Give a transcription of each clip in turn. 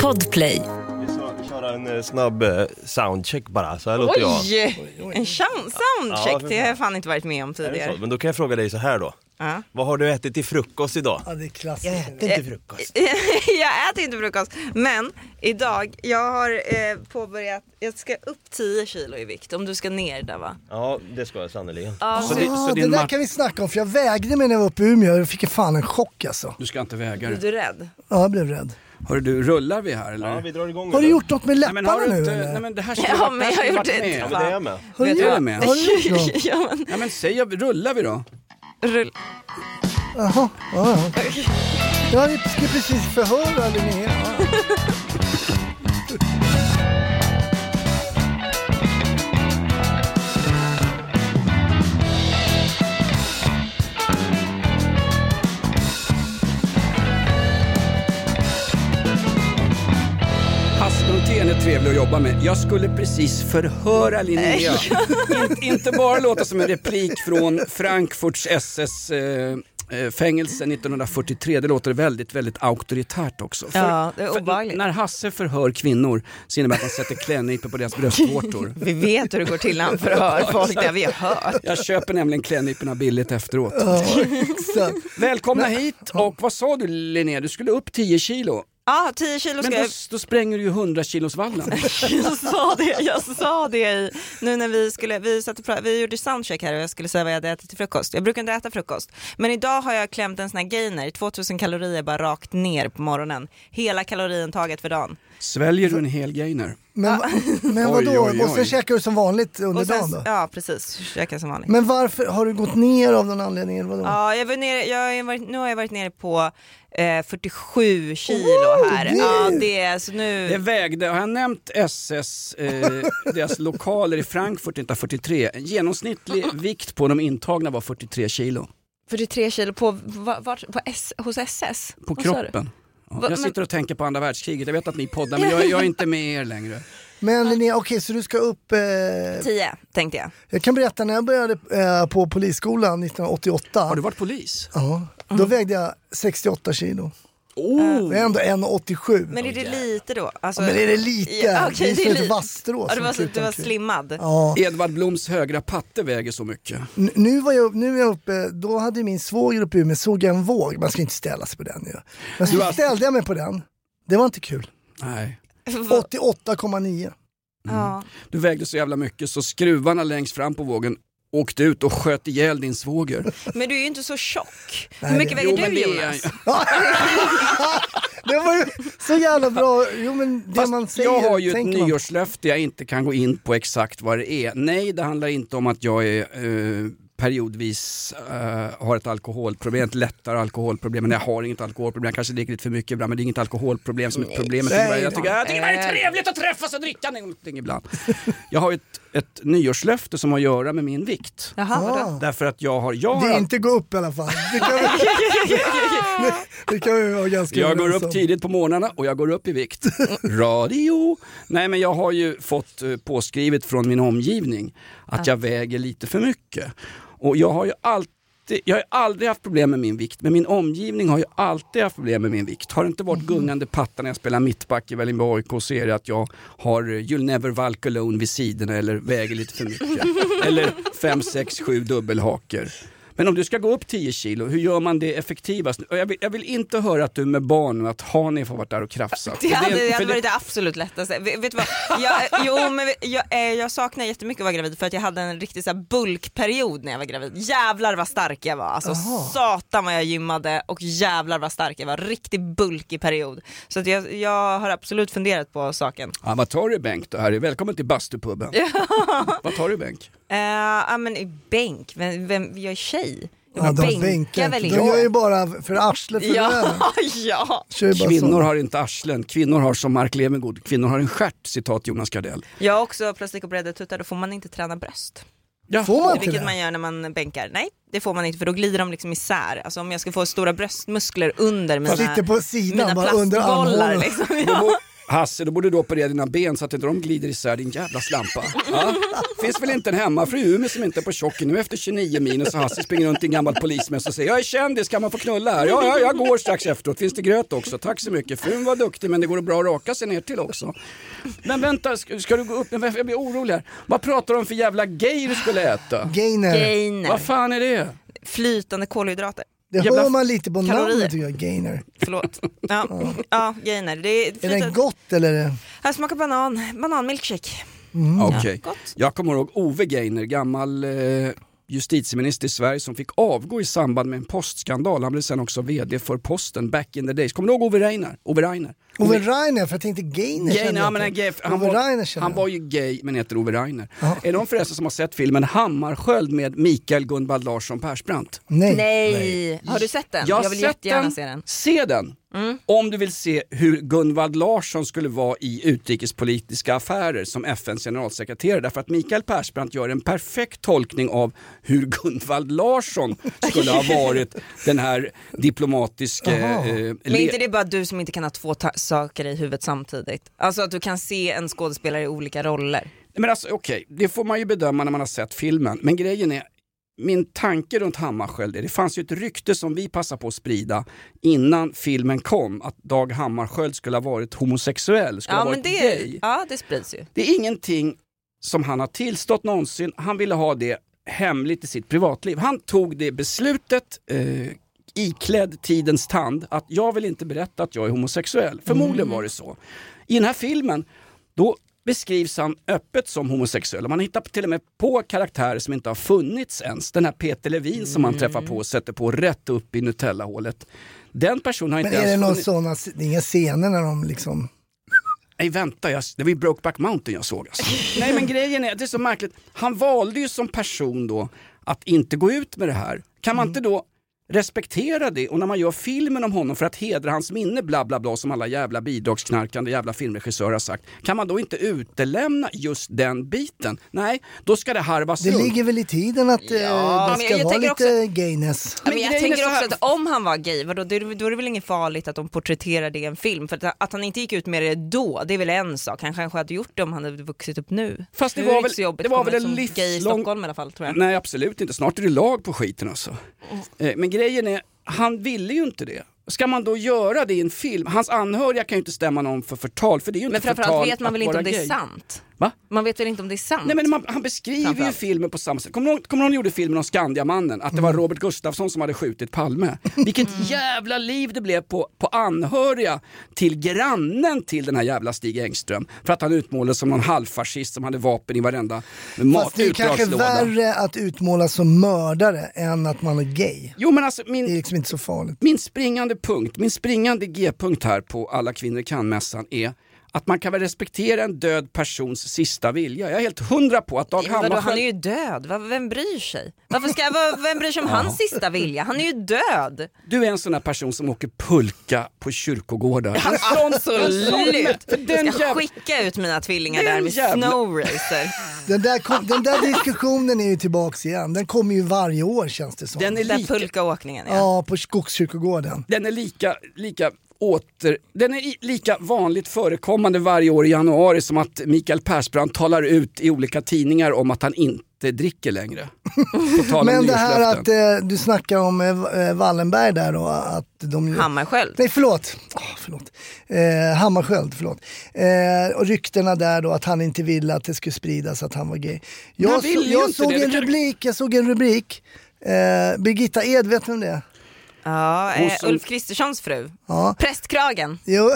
Podplay. Vi ska köra en eh, snabb eh, soundcheck bara, så här låter jag. Oj! En chan- Ja, soundcheck, för det har fan. jag fan inte varit med om Är det så? tidigare. Men då kan jag fråga dig så här då. Ja. Vad har du ätit till frukost idag? Ja, det är klassiskt. Jag äter inte frukost. Eh, jag äter inte frukost, men idag, jag har eh, påbörjat, jag ska upp 10 kilo i vikt om du ska ner där va? Ja, det ska jag sannerligen. Ja. Så, di, så Ah, det din där match, kan vi snacka om för jag vägde mig när jag var uppe i Umeå. Jag fick fan en chock alltså. du ska inte väga Är det. du rädd? Ja, jag blev rädd. Hörru du, rullar vi här eller? Ja, vi drar igång Har du nu. gjort något med Nej men läpparna har du nu inte, eller? nej men det här skulle Ja, varit- men det här jag skulle gjorde varit inte. Ja, med. men det är jag med. Har du Vet du gjort något? vad? Har du gjort något? ja, men, Ja men säg, rullar vi då? rull. Jaha, ja, ja. Jag skulle precis förhöra Linnea. Ja. Hasse Brontén är trevlig att jobba med. Jag skulle precis förhöra Linnea. In, inte bara låta som en replik från Frankfurts SS eh, eh, fängelse 1943, det låter väldigt, väldigt auktoritärt också. Ja, det är obehagligt. När Hasse förhör kvinnor så innebär det att han sätter klädnypor på deras bröstvårtor. Vi vet hur det går till när han förhör folk, det har vi hört. Jag köper nämligen klädnyporna billigt efteråt. Så, Välkomna hit och vad sa du Linnea, du skulle upp 10 kilo. Ja, 10 kilo Men ska då, jag... då spränger du ju 100 kilos vallen. Jag sa det, jag sa det i, nu när vi skulle, vi, satt och pra- vi gjorde soundcheck här och jag skulle säga vad jag hade ätit till frukost. Jag brukar inte äta frukost, men idag har jag klämt en sån här gainer, 2000 kalorier bara rakt ner på morgonen. Hela kalorin taget för dagen. Sväljer du en hel gainer? men men vadå? Oj, oj, oj. Och sen käkar du som vanligt under Och dagen sen, då? ja precis, käkar som vanligt. Men varför? Har du gått ner av någon anledning eller vadå? Ja, jag var nere, jag har varit, nu har jag varit nere på eh, 47 kilo här. det- Ja, det är, så nu... Det vägde, har jag nämnt SS, eh, deras lokaler i Frankfurt 1943, En genomsnittlig vikt på de intagna var 43 kilo 43 kilo på, va- vart, på S, hos SS? på Vad sa du? kroppen. Ja, Va- jag sitter och tänker på andra världskriget, jag vet att ni poddar men jag, jag är inte med er längre. Men Linnea, okej så du ska upp... Eh, 10 tänkte jag. jag kan berätta när jag började eh, på polisskolan 1988. Har du varit polis? Ja, då vägde jag 68 kilo. Oh. Det är ändå 1,87. Men är det lite då? Alltså, Ja, men är det lite? Ja, okej, Vi det ser är ett lite. vasstrå Ja, du som var, du kryper var omkring. slimmad. Ja. Edvard Bloms högra patte väger så mycket. N- Nu var jag, upp- nu är jag uppe, då hade min svåger uppe i Umeå, såg jag en våg. Man ska inte ställa sig på den ju. Men Du så har- ställde jag mig på den. Det var inte kul. Nej. Va- 88,9. Ja. Du vägde så jävla mycket så skruvarna längst fram på vågen åkte ut och sköt ihjäl din svåger. Men du är ju inte så tjock. Nej, Hur mycket det- väger men du det är- Jonas? Det var ju så jävla bra. Jo men det Fast man säger jag har ju ett tänker man på. nyårslöfte jag inte kan gå in på exakt vad det är. Nej, det handlar inte om att jag är eh, periodvis eh, har ett alkoholproblem, ett lättare alkoholproblem, men jag har inget alkoholproblem. Jag kanske dricker lite för mycket ibland, men det är inget alkoholproblem som är problemet. Jag tycker, jag tycker, jag tycker bara Eh. det är trevligt att träffas och dricka någonting ibland. Jag har ju ett, ett nyårslöfte som har att göra med min vikt. Jaha, vadå? Ah. Därför att jag har... Jag, Det har är all- inte gå upp i alla fall. Det kan vi, det kan vi vara ganska Jag går överens upp om. tidigt på morgnarna och jag går upp i vikt. Radio! Nej men jag har ju fått eh, påskrivet från min omgivning att jag väger lite för mycket. Och jag har ju alltid, jag har ju aldrig haft problem med min vikt, men min omgivning har ju alltid haft problem med min vikt. Har det inte varit gungande patta när jag spelar mittback i Vällingby AIK så är det att jag har eh, You'll never walk alone vid sidorna eller väger lite för mycket. eller 5, 6, 7 dubbelhaker. Men om du ska gå upp 10 kilo, hur gör man det effektivast? Och Jag vill, jag vill inte höra att du med barn och att Hanif har varit där och krafsat. Det För hade, det för hade varit det absolut lättaste. Vet vet du vad? Jag, jo, men jag, eh, jag saknar jättemycket att vara gravid för att jag hade en riktig så här bulkperiod när jag var gravid. Jävlar vad stark jag var. Alltså, satan vad jag gymmade och jävlar vad stark jag var. Riktig bulkig period. Så att jag, jag har absolut funderat på saken. ja, vad tar du bänk då Harry? Välkommen till bastupubben. vad tar du bänk? Eh, Ja men i bänk, vem, vem, jag är tjej. Jag Ja, de bänkar bänkar väl inte. De gör ju inte. bara för arslet för Ja, lönen. ja. Kör ju bara Kvinnor så. har inte arslen, kvinnor har som Mark Levengood, kvinnor har en stjärt, citat Jonas Gardell. Jag har också plastikopererade tuttar, då får man inte träna bröst. Ja. Får man inte Vilket det? man gör när man bänkar. Nej, det får man inte för då glider de liksom isär. Alltså om jag ska få stora bröstmuskler under mina, Sitter på sidan mina bara under plastbollar. armhålan. Liksom. Då, Ja. bo- Hasse, då borde du operera dina ben så att inte de glider isär din jävla slampa. Ja? Finns väl inte en hemmafru i Umeå som inte är på chocken nu efter 29 minus och Hasse springer runt i en gammal polismössa och säger jag är kändis, kan man få knulla här? Ja, ja, jag går strax efteråt. Finns det gröt också? Tack så mycket. Frun var duktig men det går bra att raka sig ner till också. Men vänta, ska, ska du gå upp? Men Jag blir orolig här. Vad pratar de för jävla gay du skulle äta? Gainer. Gainer, Vad fan är det? flytande kolhydrater. Det Jävla hör man lite på kalorier. namnet tycker jag, gainer. Förlåt. Ja, ja gainer. Det är Är det flytande- gott eller? är det- Här smakar banan, bananmilkshake. Mm. Okej. Gott. Jag kommer ihåg Ove Geiner, gammal eh, justitieminister i Sverige som fick avgå i samband med en postskandal. Han blev sen också VD för posten back in the days. Kommer du ihåg Ove Reiner? Ove Reiner. Ove Reiner, för jag tänkte gainer Gainer, kände ja, jag men inte. han, gay- han, Ove Reiner var, känner han jag. var ju gay men heter Ove Reiner. Ja. Är det någon förresten som har sett filmen Hammarskjöld med Mikael Gunvald Larsson Persbrandt? Nej. Nej. har du sett den? har Jag, vill sett jättegärna se den. Mm. Se den! Om du vill se hur Gunvald Larsson skulle vara i utrikespolitiska affärer som FNs generalsekreterare. Därför att Mikael Persbrandt gör en perfekt tolkning av hur Gunvald Larsson skulle ha varit den här diplomatiska... Jaha. Eh, Men le- är inte det bara du som inte kan ha två ta- saker i huvudet samtidigt? Alltså att du kan se en skådespelare i olika roller. Men alltså okej, det får man ju bedöma när man har sett filmen. Men grejen är, min tanke runt Hammarskjöld är, det fanns ju ett rykte som vi passade på att sprida innan filmen kom, att Dag Hammarskjöld skulle ha varit homosexuell, skulle Ja, ha men varit det, gay. ja, det sprids ju. Det är ingenting som han har tillstått någonsin. Han ville ha det hemligt i sitt privatliv. Han tog det beslutet eh, iklädd tidens tand att jag vill inte berätta att jag är homosexuell. Förmodligen Mm. var det så. I den här filmen då beskrivs han öppet som homosexuell. Man hittar till och med på karaktärer som inte har funnits ens. Den här Peter Levin som han träffar Mm. på och sätter på rätt upp i Nutellahålet. Den personen har inte Men är det ens någon funnits. sådana, det är inga scener när de liksom... Nej vänta, jag, det var ju Brokeback Mountain jag såg alltså. Nej men grejen är, det är så märkligt. Han valde ju som person då att inte gå ut med det här. Kan Mm. man inte då respektera det och när man gör filmen om honom för att hedra hans minne bla bla bla som alla jävla bidragsknarkande jävla filmregissörer har sagt. Kan man då inte utelämna just den biten? Nej, då ska det harvas Det runt. ligger väl i tiden att eh, men det ska jag- jag vara tänker lite också- gayness. Men Men jag grejen är tänker så här- också att om han var gay, vadå, då, är det- då är det väl inget farligt att de porträtterar det i en film? För att, att han inte gick ut med det då, det är väl en sak. Han kanske hade gjort det om han hade vuxit upp nu. Fast det nu var är inte väl- så jobbigt det var att komma ut väl en som gay i livslång- Stockholm i alla fall tror jag. Nej absolut inte, snart är det lag på skiten alltså. Mm. Eh, Men grejen är, han ville ju inte det. Ska man då göra det i en film? Hans anhöriga kan ju inte stämma någon för förtal, för det är ju inte Men förtal framförallt vet man att väl inte vara om det är gay. sant? Va? Man vet väl inte om det är sant? Nej men man, han beskriver ju Framförallt. filmen på samma sätt. Kommer du ihåg- kommer du ihåg när de gjorde filmen om Skandiamannen? Att det Mm. var Robert Gustafsson som hade skjutit Palme. Vilket jävla liv det blev på, på anhöriga till grannen till den här jävla Stig Engström. För att han utmålades som någon halvfascist som hade vapen i varenda mat, Fast det är kanske utdragslåda. värre att utmålas som mördare än att man är gay. Jo men alltså min, Det är liksom inte så farligt. Min springande punkt, min springande G-punkt här på Alla kvinnor kan-mässan är att man kan väl respektera en död persons sista vilja. Jag är helt hundra på att Dag Jo, vadå, han är Hammarskjöld... ju död, Va- vem bryr sig? Varför ska, vad- vem bryr sig om hans sista vilja? Han är ju död! Du är en sån där person som åker pulka på kyrkogårdar. En sån- en sån- Absolut! För den Jag ska jävla- skicka ut mina tvillingar Den där med jävla- Snow Racer. Den där, kom, den där diskussionen är ju tillbaks igen. Den kommer ju varje år känns det som. Den är Den lika, pulkaåkningen ja. Ja, på Skogskyrkogården. den är lika, lika åter... Den är i- lika vanligt förekommande varje år i januari som att Mikael Persbrandt talar ut i olika tidningar om att han inte dricker längre. På tal om Men det här nyårslöften. att eh, du snackar om eh, Va- eh, Wallenberg där då, att de... Hammarskjöld. Nej förlåt, oh, förlåt. Eh, Hammarskjöld, förlåt. Eh, och ryktena där då att han inte ville att det skulle spridas att han var gay. Han Jag, ville så, ju jag inte såg det, det en kan- rubrik, jag såg en rubrik. Eh, Birgitta Ed, vet du vem det är? Ja, eh, Och så- Ulf Kristerssons fru. Ja. Prästkragen. Jo.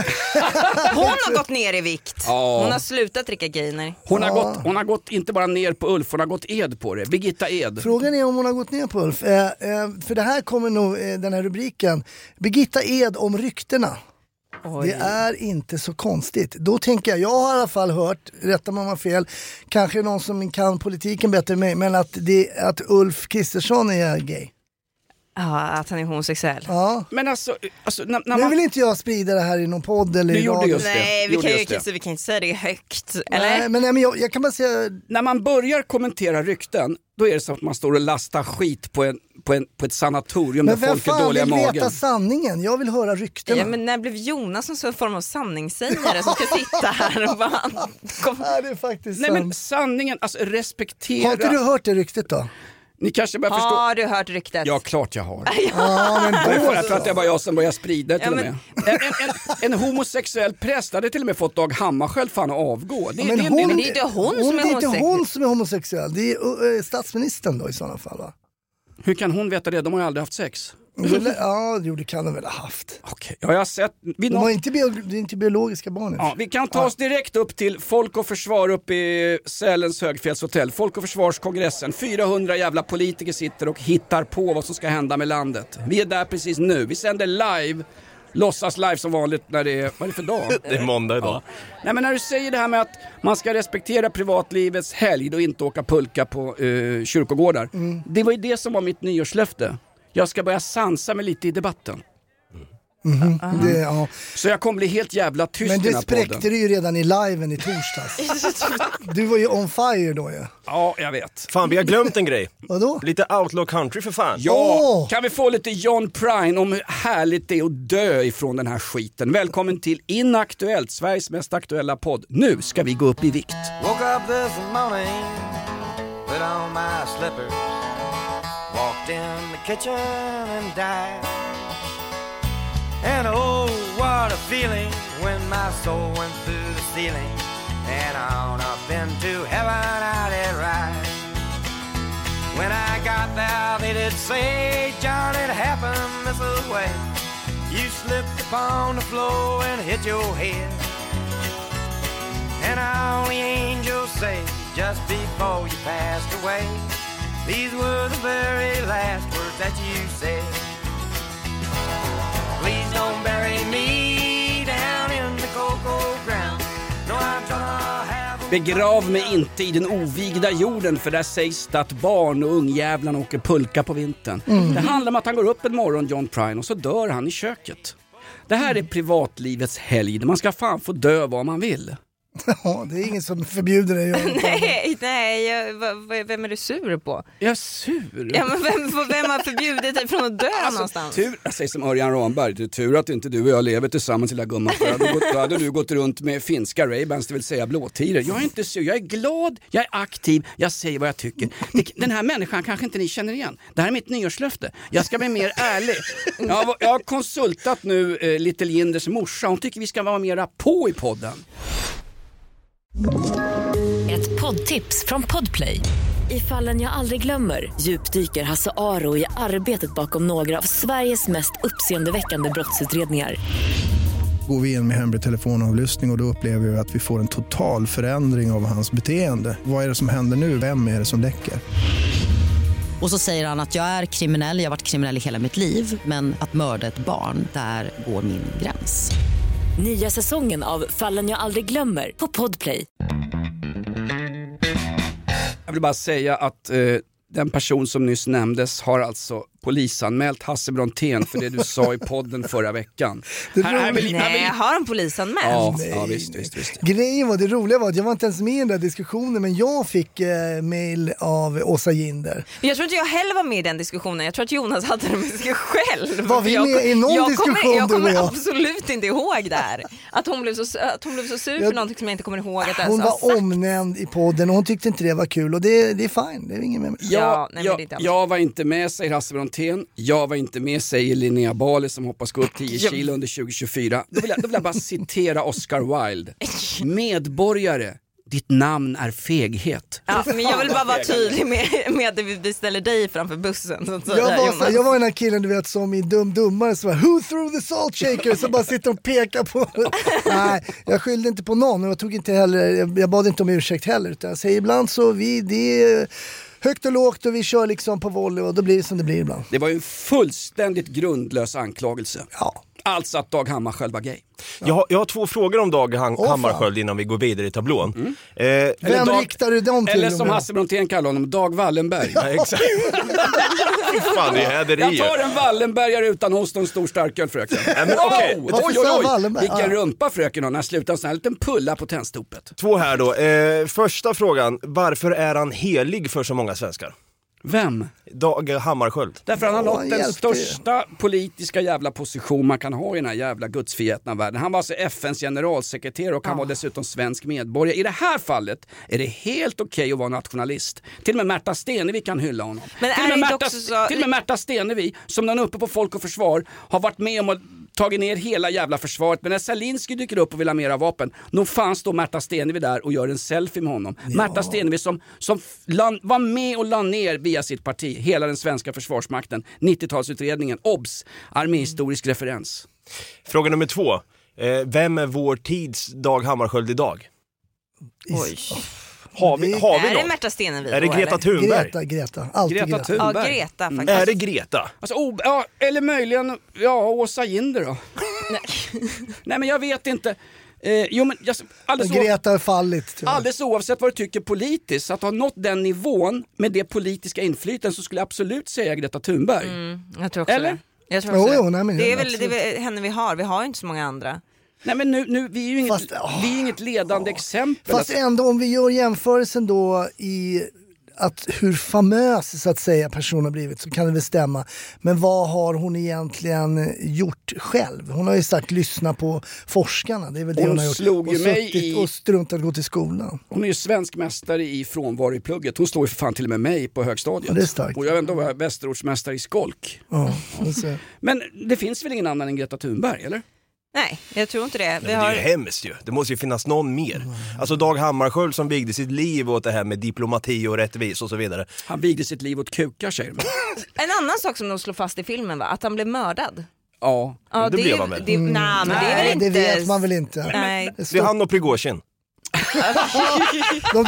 Hon har gått ner i vikt. Ja. Hon har slutat dricka gainer. Hon har, gått, hon har gått inte bara ner på Ulf, hon har gått ed på det. Birgitta Ed. Frågan är om hon har gått ner på Ulf. Eh, eh, för det här kommer nog, eh, den här rubriken. Birgitta Ed om ryktena. Det är inte så konstigt. Då tänker jag, jag har i alla fall hört, rätta mig om jag har fel, kanske någon som kan politiken bättre än mig, men att, det, att Ulf Kristersson är gay. Ja, att han är homosexuell. Ja. Men alltså, alltså när, när Nu vill man... inte jag sprida det här i någon podd eller Nu i gjorde radio. Just det, Nej, vi gjorde kan, ju, just det. inte- vi kan inte säga det högt. Nej, Eller? men, nej, men jag, jag kan bara säga, När man börjar kommentera rykten, då är det som att man står och lastar skit på, en, på, en, på ett sanatorium men där vem folk är fan dåliga i vill magen. veta sanningen? Jag vill höra ryktena. Ja, men när blev Jonas en sån form av sanningssägare som ska sitta här och bara... Kom. Nej, det är faktiskt Nej men sant. sanningen, alltså respektera. Har inte du hört det ryktet då? Ni kanske börjar förstå. Har du hört ryktet? Ja, klart jag har. Ja, men då Jag tror att det var jag som började sprida det till Ja, och med. En, en, en, en homosexuell präst hade till och med fått Dag Hammarskjöld fan att avgå. Det, men det, hon- det, Men det är inte hon som är det är inte homosexuell. hon som är homosexuell, det är eh, statsministern då i sådana fall va? hur kan hon veta det? De har ju aldrig haft sex. Då lä- Ja, jo, det kan de väl ha haft. Okej, ja, jag har sett. Vi, De nå- har inte, bio, det är inte biologiska barnet. ja, vi kan ta oss direkt upp till Folk och Försvar uppe i Sälens högfjällshotell. Folk och Försvarskongressen. 400 jävla politiker sitter och hittar på vad som ska hända med landet. Vi är där precis nu. Vi sänder live. Låtsas live som vanligt när det är, vad är det för dag? Det är måndag idag. Nej men när du säger det här med att man ska respektera privatlivets helgd och inte åka pulka på eh, kyrkogårdar. Mm. Det var ju det som var mitt nyårslöfte. Jag ska börja sansa mig lite i debatten. Mm. Det, ja. Så jag kommer bli helt jävla tyst Men i den det här spräckte podden. du ju redan i liven i torsdags. Du var ju on fire då ju. Ja. Ja, jag vet. Fan, vi har glömt en grej. Vadå? Mm. Lite outlaw country för fan. Ja, Åh! kan vi få lite John Prine om hur härligt det är att dö ifrån den här skiten. Välkommen till Inaktuellt, Sveriges mest aktuella podd. Nu ska vi gå upp i vikt. Woke up this morning, put on my slippers, walked in the kitchen and dived. And oh, what a feeling when my soul went through the ceiling and on up into heaven I did ride. When I got there, they did say, John, it happened this way. You slipped upon the floor and hit your head. And all the angels say just before you passed away, these were the very last words that you said. Please don't bury me down in the cocoa ground. No, I'm gonna have a Begrav mig inte i den ovigda jorden för där sägs det att barn och ungjävlarna åker pulka på vintern. Det handlar om att han går upp en morgon, John Prine, och så dör han i köket. Det här är privatlivets helgd. Man ska fan få dö vad man vill. Ja, det är ingen som förbjuder dig att göra det. Nej, nej jag, vad- vad- vem är du sur på? Jag är sur. Ja, men vem, vem har förbjudit dig från att dö Alltså, någonstans? Tur, jag säger som Örjan Ramberg, det är tur att inte du och jag lever tillsammans lilla gumman. För då hade du gått- då hade du gått runt med finska Ray-Bans, det vill säga blåtiror. Jag är inte sur, jag är glad, jag är aktiv, jag säger vad jag tycker. Det, den här människan kanske inte ni känner igen. Det här är mitt nyårslöfte. Jag ska bli mer ärlig. Jag har, jag har konsultat nu eh, Little Jinders morsa, hon tycker vi ska vara mera på i podden. Ett poddtips från Podplay. I fallen jag aldrig glömmer djupdyker Hasse Aro i arbetet bakom några av Sveriges mest uppseendeväckande brottsutredningar. går vi in med hemlig telefonavlyssning och, och då upplever vi att vi får en total förändring av hans beteende. Vad är det som händer nu? Vem är det som läcker? Och så säger han att jag är kriminell, jag har varit kriminell i hela mitt liv men att mörda ett barn, där går min gräns. Nya säsongen av Fallen jag aldrig glömmer på Podplay. Jag vill bara säga att eh, den person som nyss nämndes har alltså polisanmält Hasse Brontén för det du sa i podden förra veckan. Här, här vill, här Nej, vill, har han polisanmält? ja, ja, visst, visst, visst. Grejen var, det roliga var att jag var inte ens med i den där diskussionen men jag fick eh, mail av Åsa Ginder. Jag tror inte jag heller var med i den diskussionen, jag tror att Jonas hade den med sig själv. Var vi jag, med i någon jag diskussion, kommer, jag du och kommer jag? absolut inte ihåg det här. Att hon blev så, att hon blev så sur Jag- för någonting som jag inte kommer ihåg att Hon ens ha var sagt. omnämnd i podden och hon tyckte inte det var kul och det, det är fine, det är inget med mig. Ja, Jag, nej, men det är jag, inte alls. jag var inte med säger Hasse Brontén, jag var inte med säger Linnea Bali som hoppas gå upp 10 Ja. kilo under 2024. Då vill jag, då vill jag bara citera Oscar Wilde. Medborgare, ditt namn är feghet. Ja, men jag vill bara vara tydlig med, med att vi- vi ställer dig framför bussen. Så att säga, Jag var, Jonas. så, jag var den här killen du vet som i Dum Dummare som bara “Who threw the salt shaker?” så bara sitter och pekar på Nej, jag skyllde inte på någon och jag tog inte heller, jag- jag bad inte om ursäkt heller utan jag säger ibland så vi, det är högt och lågt och vi kör liksom på volley och då blir det som det blir ibland. Det var ju en fullständigt grundlös anklagelse. Ja. Alltså att Dag Hammarskjöld var gay. Jag har, jag har två frågor om Dag Han- Åh, fan. Hammarskjöld innan vi går vidare i tablån. Mm. Eh, Vem Dag- riktar du dem till? Eller som Robert? Hasse Brontén kallar honom, Dag Wallenberg. nej, exakt. Fy fan, det är Jag tar häderier. en Wallenbergare utan ost och en stor starköl fröken. Nej, men okej. Wow! Varför Oj, sa jag oj, oj. Wallenberg? Vilken Ja. rumpa fröken har när han slutar en sån här liten pulla på tändstopet. Två här då. Eh, första frågan, varför är han helig för så många svenskar? Vem? Dag Hammarskjöld. Därför han har Ja, nått han den hjälpte största politiska jävla position man kan ha i den här jävla gudsfrihetna världen. Han var alltså FNs generalsekreterare och han Ah. var dessutom svensk medborgare. I det här fallet är det helt okej att vara nationalist. Till och med Märta Stenevi kan hylla honom. Men till, är och med det inte Märta, också så- till och med Märta Stenevi, som när hon är uppe på Folk och Försvar, har varit med om att tagit ner hela jävla försvaret. Men när Salinski dyker upp och vill ha mera vapen, nog fan står Märta Stenevi där och gör en selfie med honom. Märta Stenevi som, som f- lan, var med och la ner via sitt parti hela den svenska försvarsmakten, 90-talsutredningen, OBS, arméhistorisk referens. Fråga nummer två. Eh, vem är vår tids Dag Hammarskjöld idag? Oj. Har vi, har är vi det någon? Märta Stenevi Är det då, Greta eller? Thunberg? Greta, Greta. Alltid Greta. Greta Ja, Thunberg. Greta faktiskt. Är det Greta? Alltså, ob- ja, eller möjligen ja, Åsa Jinder då. Nej men jag vet inte. Eh, jo, men, jag, alltså, alldeles oav- Greta har fallit. tror jag. Alldeles oavsett vad du tycker politiskt, att ha nått den nivån med det politiska inflytandet så skulle jag absolut säga Greta Thunberg. Jag tror också Eller? det. Jag tror Jo, också det. jo, nej, men det, är jag- väl, det är väl henne vi har, vi har ju inte så många andra. Nej men nu, nu vi är ju inget, Fast, åh. vi är ju inget ledande exempel. Fast ändå om vi gör jämförelsen då i att hur famös så att säga personen har blivit så kan det väl stämma. Men vad har hon egentligen gjort själv? Hon har ju sagt lyssna på forskarna. Det är väl det Hon hon, har gjort. slog ju och mig suttit i- och struntat gå till skolan. Hon är ju svensk mästare i frånvaro i plugget. Hon slår ju för fan till och med mig på högstadiet. Ja, det är starkt. Och jag är ändå var västerortsmästare i skolk. Ja, alltså. Men det finns väl ingen annan än Greta Thunberg, eller? Nej, jag tror inte det. Vi Men det är ju har... hemskt ju. Det måste ju finnas någon mer. Alltså Dag Hammarskjöld som vigde sitt liv åt det här med diplomati och rättvis och så vidare. Han vigde sitt liv åt kukar, säger man. En annan sak som de slår fast i filmen va, att han blev mördad. Ja. Ja, det blev är- han väl? Det, nej, men det är väl Nej, inte... det vet man väl inte. Nej. Det är han och Prigozjin. De,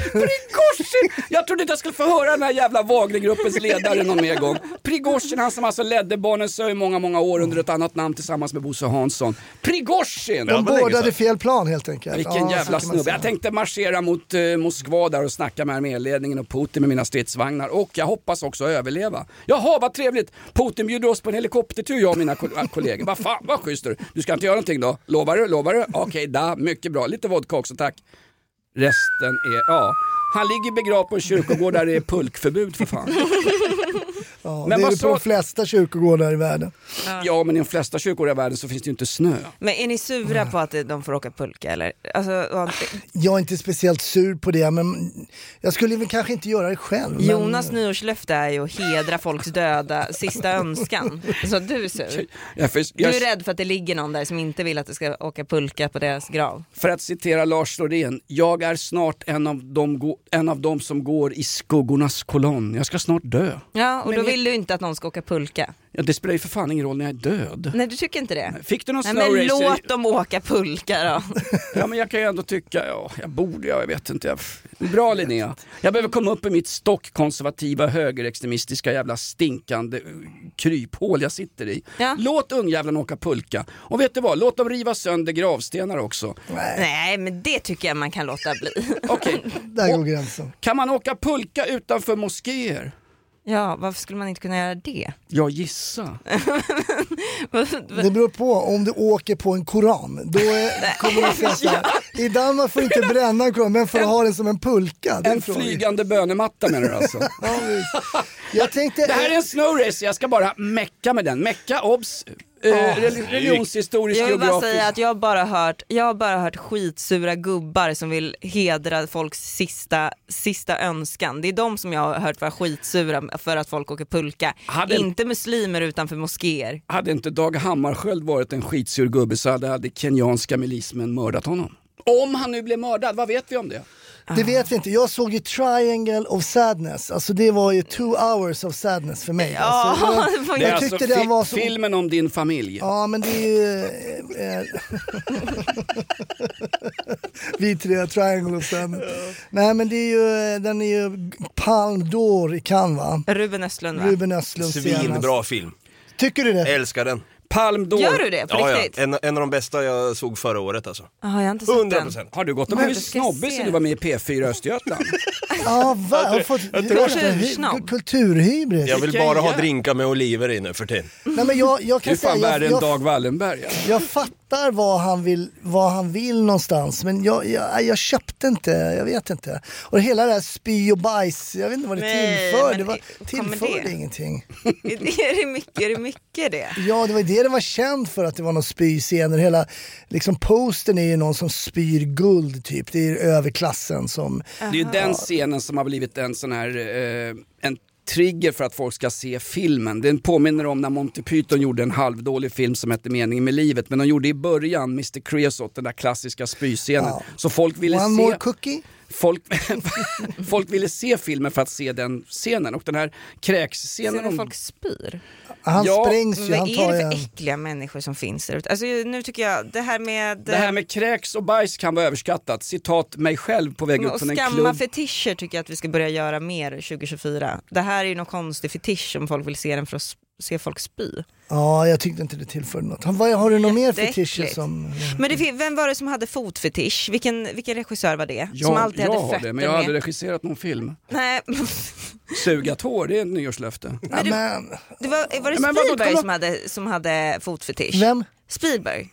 Prigozjin! Jag trodde inte jag skulle få höra den här jävla Wagnergruppens ledare någon mer gång. Prigozjin, han som alltså ledde Barnens i många, många år under ett annat namn tillsammans med Bosse Hansson. Prigozjin! de men länge bådade sedan. fel plan helt enkelt. Vilken Ja, så jävla kan man snubbe. säga. Jag tänkte marschera mot eh, Moskva där och snacka med arméledningen och Putin med mina stridsvagnar och jag hoppas också överleva. Jaha, vad trevligt! Putin bjuder oss på en helikoptertur jag och mina kol- äh, kollegor. Vad fan vad schysst du. Du ska inte göra någonting då? Lovar du? Lovar du? Okej, da, mycket bra. Lite vodka också tack. Resten är, ja. Han ligger begravd på en kyrkogård där det är pulkförbud för fan. ja, Men det är vad ju på sa- de flesta kyrkogårdar i världen. Ja, men i de flesta kyrkor i världen så finns det ju inte snö. Men är ni sura på att de får åka pulka eller? Alltså, och- Jag är inte speciellt sur på det men jag skulle väl kanske inte göra det själv. men- Jonas nyårslöfte är ju att hedra folks döda sista önskan. Så du är sur. Jag, för, Du jag, är rädd för att det ligger någon där som inte vill att du ska åka pulka på deras grav. För att citera Lars Loreen, jag är snart en av, dem gå- en av dem som går i skuggornas kolonn. Jag ska snart dö. Ja, och Men då vi- vill du inte att någon ska åka pulka. Ja, det spelar ju för fan ingen roll när jag är död. Nej, du tycker inte det? Fick du någon Nej, men slow racer? låt dem åka pulka då. Ja, men jag kan ju ändå tycka, ja, jag borde, ja, jag vet inte. Jag, bra Linnea. Jag behöver komma upp i mitt stockkonservativa högerextremistiska jävla stinkande eh, kryphål jag sitter i. Ja. Låt ungjävlarna åka pulka. Och vet du vad, låt dem riva sönder gravstenar också. Nej, men det tycker jag man kan låta bli. Okej, Där går Och- gränsen. kan man åka pulka utanför moskéer? Ja, varför skulle man inte kunna göra det? Jag gissar. Det beror på om du åker på en koran. Då är, kommer de säga så här, I Danmark får du inte bränna en koran men får du ha den som en pulka. Det är En frågan. flygande bönematta menar du alltså? Ja, visst. Jag tänkte, Det här är en snowrace, jag ska bara mecka med den. Mecka, obs, eh, reli- religionshistoriskt Jag vill bara geografiskt. säga att jag har bara hört, jag har bara hört skitsura gubbar som vill hedra folks sista, sista önskan. Det är de som jag har hört vara skitsura för att folk åker pulka. Hade- Inte muslimer utanför moskéer. Hade inte Dag Hammarskjöld varit en skitsur gubbe så hade, hade kenyanska milismen mördat honom. Om han nu blev mördad, vad vet vi om det? det vet vi inte. Jag såg ju Triangle of Sadness. Alltså det var ju two hours of sadness för mig. Alltså, Ja, det det var, var- Det är jag tyckte fi- den var så... filmen om din familj. Ja men det är ju... Eh, eh, vi tre, Triangle of Sadness. Nej men det är ju, den är ju Palme d'Or i Cannes va? Ruben Östlund va? Ruben Östlund senast. Svinbra film. Tycker du det? Älskar den. Palm d'Or. Gör du det på riktigt? En, en av de bästa jag såg förra året alltså. Jaha, jag har inte sett 100 den. procent. Har du gått och Men blivit jag ska snobbig se. sen du var med i P4 Östergötland? Ja, va? Jag har fått Kultursnobb. kulturhybris. Jag vill Vilken bara ha jävla- drinkar med oliver i nu för tiden. Nej, men jag, jag Du är kan säga, fan jag, värre än jag, Dag Wallenberg. alltså. jag fattar vad han vill, vad han vill någonstans men jag, jag, jag köpte inte, jag vet inte. Och hela det här spy och bajs, jag vet inte vad det Nej, tillförde. men Det var, kommer tillförde det? ingenting. Är det mycket, är det mycket det? Ja, det var ju det den var känd för, att det var någon spyscener. Hela liksom, posten är ju någon som spyr guld typ. Det är ju överklassen som... Det är ju den scenen som har blivit en sån här eh, en trigger för att folk ska se filmen. Den påminner om när Monty Python gjorde en halvdålig film som hette Meningen med livet. Men de gjorde i början Mr Creosote, den där klassiska spyscenen. Ja. Så folk ville One se... more cookie. Folk, folk ville se filmen för att se den scenen och den här kräksscenen. Ser när om- folk spyr? Han Ja, sprängs Vad ju, han är tar ju det för en... äckliga människor som finns där ute? Alltså nu tycker jag, det här med... Det här med kräks och bajs kan vara överskattat. Citat mig själv på väg och upp från en skamma klubb. fetischer tycker jag att vi ska börja göra mer 2024. Det här är ju någon konstig fetisch om folk vill se den för att s- se folk spy. Ja, jag tyckte inte det tillförde något. Han, vad, har du någon mer Jätteäckligt. fetischer som... Men det, fin- vem var det som hade fotfetisch? Vilken, vilken regissör var det? som Ja, alltid jag hade har fötter det, men jag har aldrig med? regisserat någon film. Nej, Suga tår, det är ett nyårslöfte. Ja, men, det var, var det Ja, men vadå, Spielberg kolla- som hade, som hade fotfetisch? vem? Spielberg.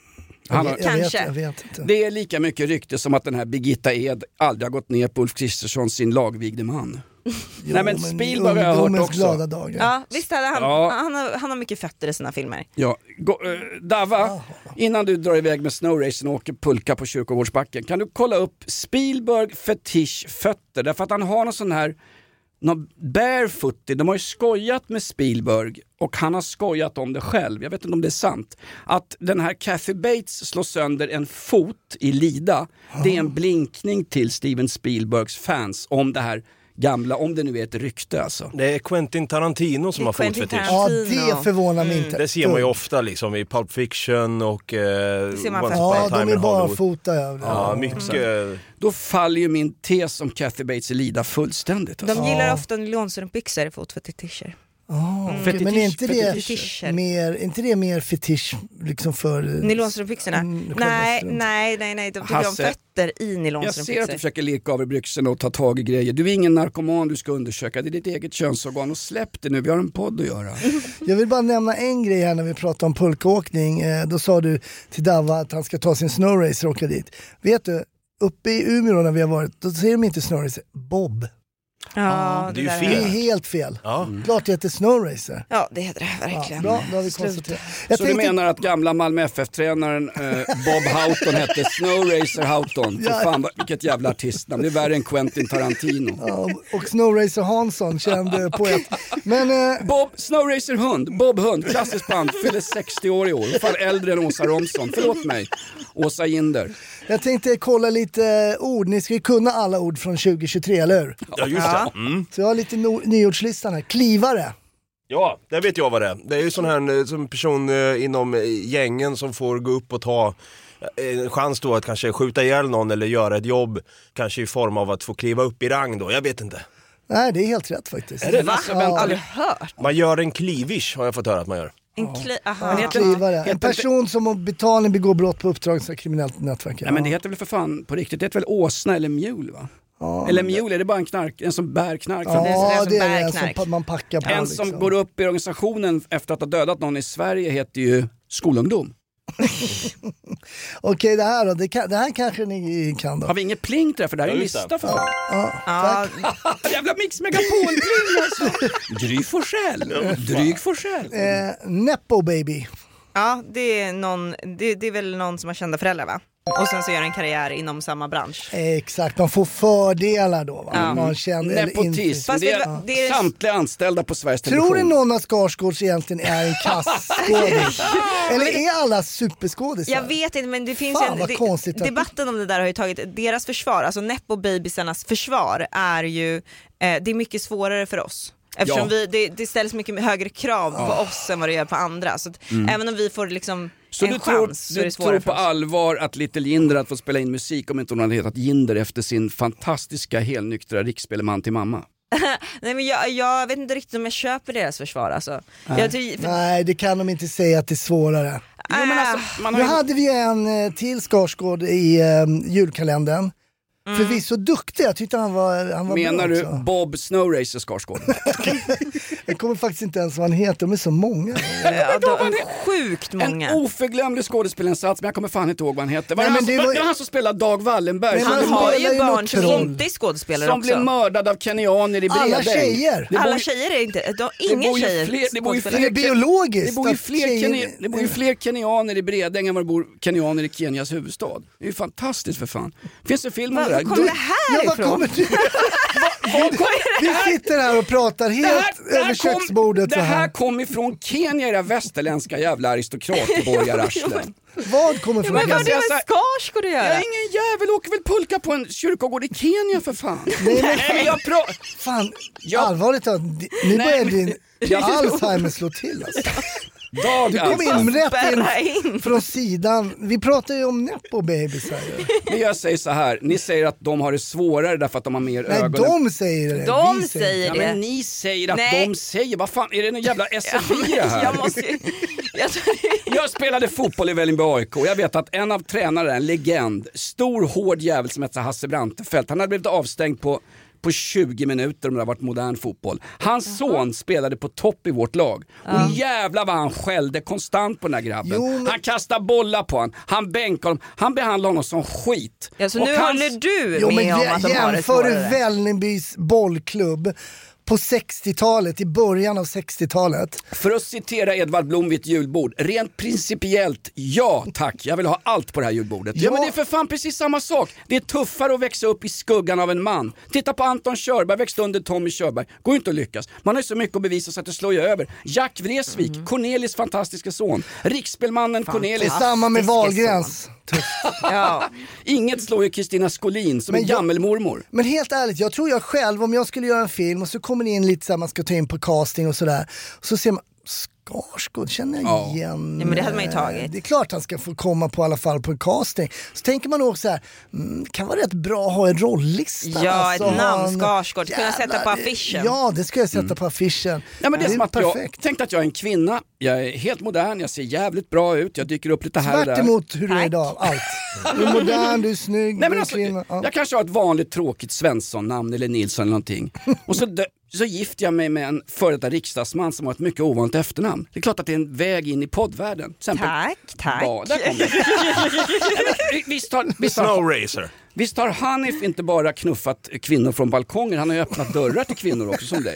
Han jag, har, jag, vet, Kanske. jag vet inte. det är lika mycket rykte som att den här Birgitta Ed aldrig har gått ner på Ulf Kristersson, sin lagvigde man. Jo, Nej, men Spielberg har jag hört ungdomens också. glada dagar. Ja, visst hade han, Ja. han, har, han har mycket fötter i sina filmer. Ja, gå, eh, Dava, innan du drar iväg med snowracen och åker pulka på kyrkogårdsbacken, kan du kolla upp Spielberg fetisch fötter? Därför att han har någon sån här någon barefooty, de har ju skojat med Spielberg och han har skojat om det själv, jag vet inte om det är sant. Att den här Kathy Bates slår sönder en fot i lida, det är en blinkning till Steven Spielbergs fans om det här gamla, om det nu är ett rykte alltså. Det är Quentin Tarantino som Det är har Quentin fotfetisch. Tarantino. Ja, Tarantino. Mm. det förvånar mig inte. Det ser man ju ofta liksom i Pulp Fiction och eh, Once ser man upon faktiskt. a Ja, time de är in Hollywood. barfota över det. Ja, mycket. Då faller ju min tes om Kathy Bates i lida fullständigt. Alltså. De gillar ofta nylonstrumpbyxor i Mm. fotfetischer. Fetisch, Men är inte fetischer. det, mer, är inte det mer fetisch liksom för... Nylonstrumpbyxorna? Mm, själva nej, strunt. nej, nej, nej, de tycker om Hasse, fötter i Jag ser att du nylonstrumpbyxor. försöker lirka av i byxorna och ta tag i grejer. Du är ingen narkoman du ska undersöka, det är ditt eget könsorgan och släpp det nu, vi har en podd att göra. Jag vill bara nämna en grej här när vi pratade om pulkaåkning. Eh, Då sa du till Dava att han ska ta sin snowracer och åka dit. Vet du, uppe i Umeå när vi har varit, då säger de inte snowracer, bob. Ja, det är ju där Det fel. är helt fel. Ja. Klart det heter snowracer. Ja, det heter det Ja, verkligen. bra, då har vi Sluta. konstaterat. Jag Så tänkte- du menar att gamla Malmö FF-tränaren eh, Bob Houghton hette Snowracer Houghton? Fy fan vad- vilket jävla artistnamn, det är värre än Quentin Tarantino. Ja, och Snowracer Hansson, känd eh, poet. Men eh, Bob, Snowracer Hund, Bob Hund, klassiskt band, fyller 60 år i år. Fan äldre än Åsa Romson, förlåt mig. Åsa Ginder. jag tänkte kolla lite eh, ord. Ni ska ju kunna alla ord från 2023, eller hur? Ja, just det. Mm. Så jag har lite no- nyordslistan här. Klivare. Ja, det vet jag vad det är. Det är ju sån här eh, som person eh, inom eh, gängen som får gå upp och ta eh, en chans då att kanske skjuta ihjäl någon eller göra ett jobb, kanske i form av att få kliva upp i rang då, jag vet inte. Nej, det är helt rätt faktiskt. Är det? Lasse, Ja. vänta, Aldrig hört. Man gör en klivish har jag fått höra att man gör. En kli- En aha. klivare. heter En inte- person som om betalning begår brott på uppdrag för kriminellt nätverk. Nej men det heter väl för fan på riktigt, det heter väl åsna eller mjul va? eller mjul, är det bara en, knark, en som bär knark? Ja, från- ja, det är liksom. bär en som knark. pa- man packar på. En som går upp i organisationen efter att ha dödat någon i Sverige heter ju skolungdom. Okej, det här då. Det, kan, det här kanske ni kan då. Har vi inget pling till det? här? För det här är en Ja, just lista för fan. Ja, Jävla Mix Megapol-pling alltså! Gry Forssell! Dryg Forssell! Eh, Nepo baby. ja det, är någon, det, det är väl någon som har kända föräldrar va? Och sen så gör en karriär inom samma bransch. Eh, exakt, man får fördelar då. Va? Ja. Man känner, eller inte. Nepotism, Fast det det var- är det är- samtliga anställda på Sveriges Tror du Television. någon av Skarsgårds egentligen är en kassskådis? eller är alla superskådisar? Jag vet inte men det finns Alltså, Fan, en, vad konstigt att- debatten om det där har ju tagit, deras försvar, alltså Nepo-babysarnas försvar är ju, eh, det är mycket svårare för oss. Eftersom Ja. Ah. vi, det, det ställs mycket högre krav på oss än vad det gör på andra. Så att även om vi får liksom Mm. Så en du chans tror, så är du det svårare tror för på oss. allvar att Little Jinder att få spela in musik om inte hon hade hetat Jinder efter sin fantastiska helnyktra riksspelman till mamma? Nej men jag, jag vet inte riktigt om jag köper deras försvar alltså. Jag ty- för, Nej, det kan de inte säga att det är svårare. Jo, men Ah. alltså, man Nu har ju... hade vi en eh, till Skarsgård i eh, julkalendern. Mm. Förvisso duktig, jag tyckte han var, han var bra Menar du också. Bob Snowracer Skarsgård? Jag kommer faktiskt inte ens vad han heter, de är så många. ja, de, sjukt många. En oförglömlig skådespelarinsats, men jag kommer fan inte ihåg vad han hette. Var Nej, det, men han, det som- var... var- det var han som spelade Dag Wallenberg? Men som Han han blev- har spelar ju ju barn något som troll. inte är skådespelare som också. blev mördad av kenyaner i Bredäng. Alla tjejer. Det bor Alla ju- tjejer är inte, de, det ingen bor ju tjejer fler- det bor ju fler- Det är biologiskt. Det bor, ju att fler tjejer- keni- det bor ju fler kenyaner i Bredäng än vad det bor kenyaner i Kenias huvudstad. Det är ju fantastiskt för fan. Finns det film om Var det där? var kom det här Ja, vad ifrån? kommer du? Vi sitter här och pratar Det helt här, det, över här kom, köksbordet det så här här. kom ifrån Kenya era västerländska jävla aristokratborgararslen. Vad kommer Men vad från har säga det så här- med Skarsgård att Ja, göra? ingen jävel åker väl pulka på en kyrkogård i Kenya för fan. Nej, men- men jag pratar... Fan, Jag- allvarligt talat, nu Nej, börjar men- din Jag- Alzheimer slå till alltså. Dag Du kom alltså. in rätt Spärra in in. från sidan. Vi pratar ju om Nepo Babies här ju. Men jag säger så här, ni säger att de har det svårare därför att de har mer Nej, ögon. än- de säger det. De Vi säger Ja, det. men ni säger att Nej. de säger, vad fan är det någon jävla SFI det här? Jag måste ju... Jag tror- Jag spelade fotboll i Vällingby AIK och jag vet att en av tränarna, en legend, stor hård jävel som hette Hasse Brantefelt, han hade blivit avstängd på på 20 minuter om det hade varit modern fotboll. Hans son spelade på topp i vårt lag. Och jävlar vad han skällde konstant på den här grabben. Jo, men- Han kastade bollar på honom, han bänkade honom, han behandlade honom som skit. Ja, så Och nu hans- håller du Jo, men med om att jä- de har det jämför du svårare? Vällingbys bollklubb på 60-talet, i början av 60-talet. För att citera Edvard Blom vid ett julbord, rent principiellt, ja tack, jag vill ha allt på det här julbordet. Ja, Ja. men det är för fan precis samma sak. Det är tuffare att växa upp i skuggan av en man. Titta på Anton Körberg, växte under Tommy Körberg. Går ju inte att lyckas. Man har ju så mycket att bevisa så att det slår ju över. Jack Vreeswijk, Mm. Cornelis fantastiska son. Riksspelmannen Det är Cornelis. samma med Fantastiska Wahlgrens. Ja. Inget slår ju Kristina Skolin som Men är jag- gammelmormor. Men helt ärligt, jag tror jag själv, om jag skulle göra en film och så kommer det in lite så här, man ska ta in på casting och sådär. Så ser man, Skarsgård känner jag Ja. igen. Ja, men det hade man ju tagit. Det är klart han ska få komma på i alla fall på en casting. Så tänker man nog så här, mm, kan vara rätt bra att ha en rollista. Ja, ett namn, ha en- Skarsgård. Kunna sätta på det- affischen. Ja, det ska jag sätta på affischen. Mm. Ja, men det är som att jag, perfekt. tänk att jag är en kvinna, jag är helt modern, jag ser jävligt bra ut, jag dyker upp lite här och Tvärt där. emot hur du är Tack. idag, allt. Du är modern, du är snygg, du Nej, men är alltså, kvinna. Ja. Jag kanske har ett vanligt tråkigt Svensson-namn eller Nilsson eller någonting. Och så, dö- så gifter jag mig med en före detta riksdagsman som har ett mycket ovanligt efternamn. Det är klart att det är en väg in i poddvärlden. Till exempel- Tack, tack. Ja, där kom det. Nej, men visst, har, visst, har, Snow Racer. visst har Hanif inte bara knuffat kvinnor från balkonger, han har ju öppnat dörrar till kvinnor också som dig.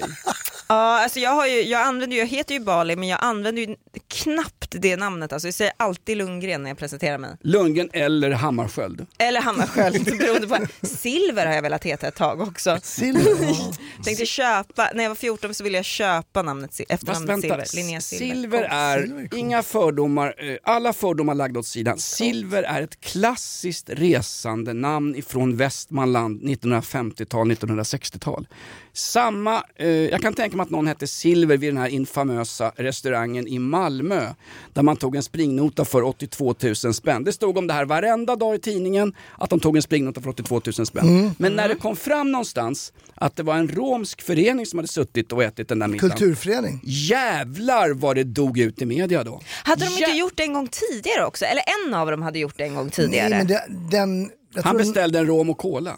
Ja, alltså jag, har ju, jag, använder ju, jag heter ju Bali men jag använder ju knappt det namnet. Alltså jag säger alltid Lundgren när jag presenterar mig. Lundgren eller Hammarskjöld. Eller Hammarskjöld beroende på. Silver har jag velat heta ett tag också. Silver, ja. Tänkte köpa, när jag var 14 så ville jag köpa namnet, Sil- Fast efternamnet vänta, Silver. Linnea silver, Silver. är, Silver är coolt. inga fördomar, eh, alla fördomar lagda åt sidan. Silver är ett klassiskt resande namn ifrån Västmanland 1950-tal, 1960-tal. Samma, eh, jag kan tänka mig att någon hette Silver vid den här infamösa restaurangen i Malmö där man tog en springnota för 82 000 spänn. Det stod om det här varenda dag i tidningen att de tog en springnota för 82 000 spänn. Mm. Men Mm. när det kom fram någonstans att det var en romsk förening som hade suttit och ätit den där middagen. Kulturförening. Jävlar vad det dog ut i media då. Hade de inte Jä- gjort det en gång tidigare också? Eller en av dem hade gjort det en gång tidigare. Nej, men det, den, jag Han tror- beställde en rom och cola.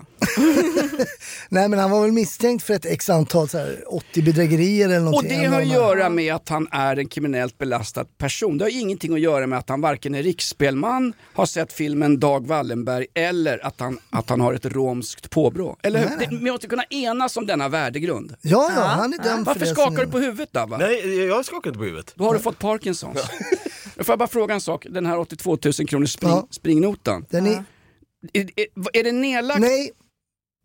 Nej men han var väl misstänkt för ett x antal så här, 80 bedrägerier eller Och någonting. det En har av att de här. göra med att han är en kriminellt belastad person. Det har ingenting att göra med att han varken är riksspelman, har sett filmen Dag Wallenberg eller att han, att han har ett romskt påbrå. Eller hur? Det- Vi måste kunna enas om denna värdegrund. Ja, ja, han är dömd för Varför det. skakar du sen- på huvudet Dava? Nej, jag skakar inte på huvudet. Då har du fått Parkinsons. Då får jag bara fråga en sak, den här 82 000 kronors spring, Ja. springnotan. Den är, Är, är, är det nedlagt? nej,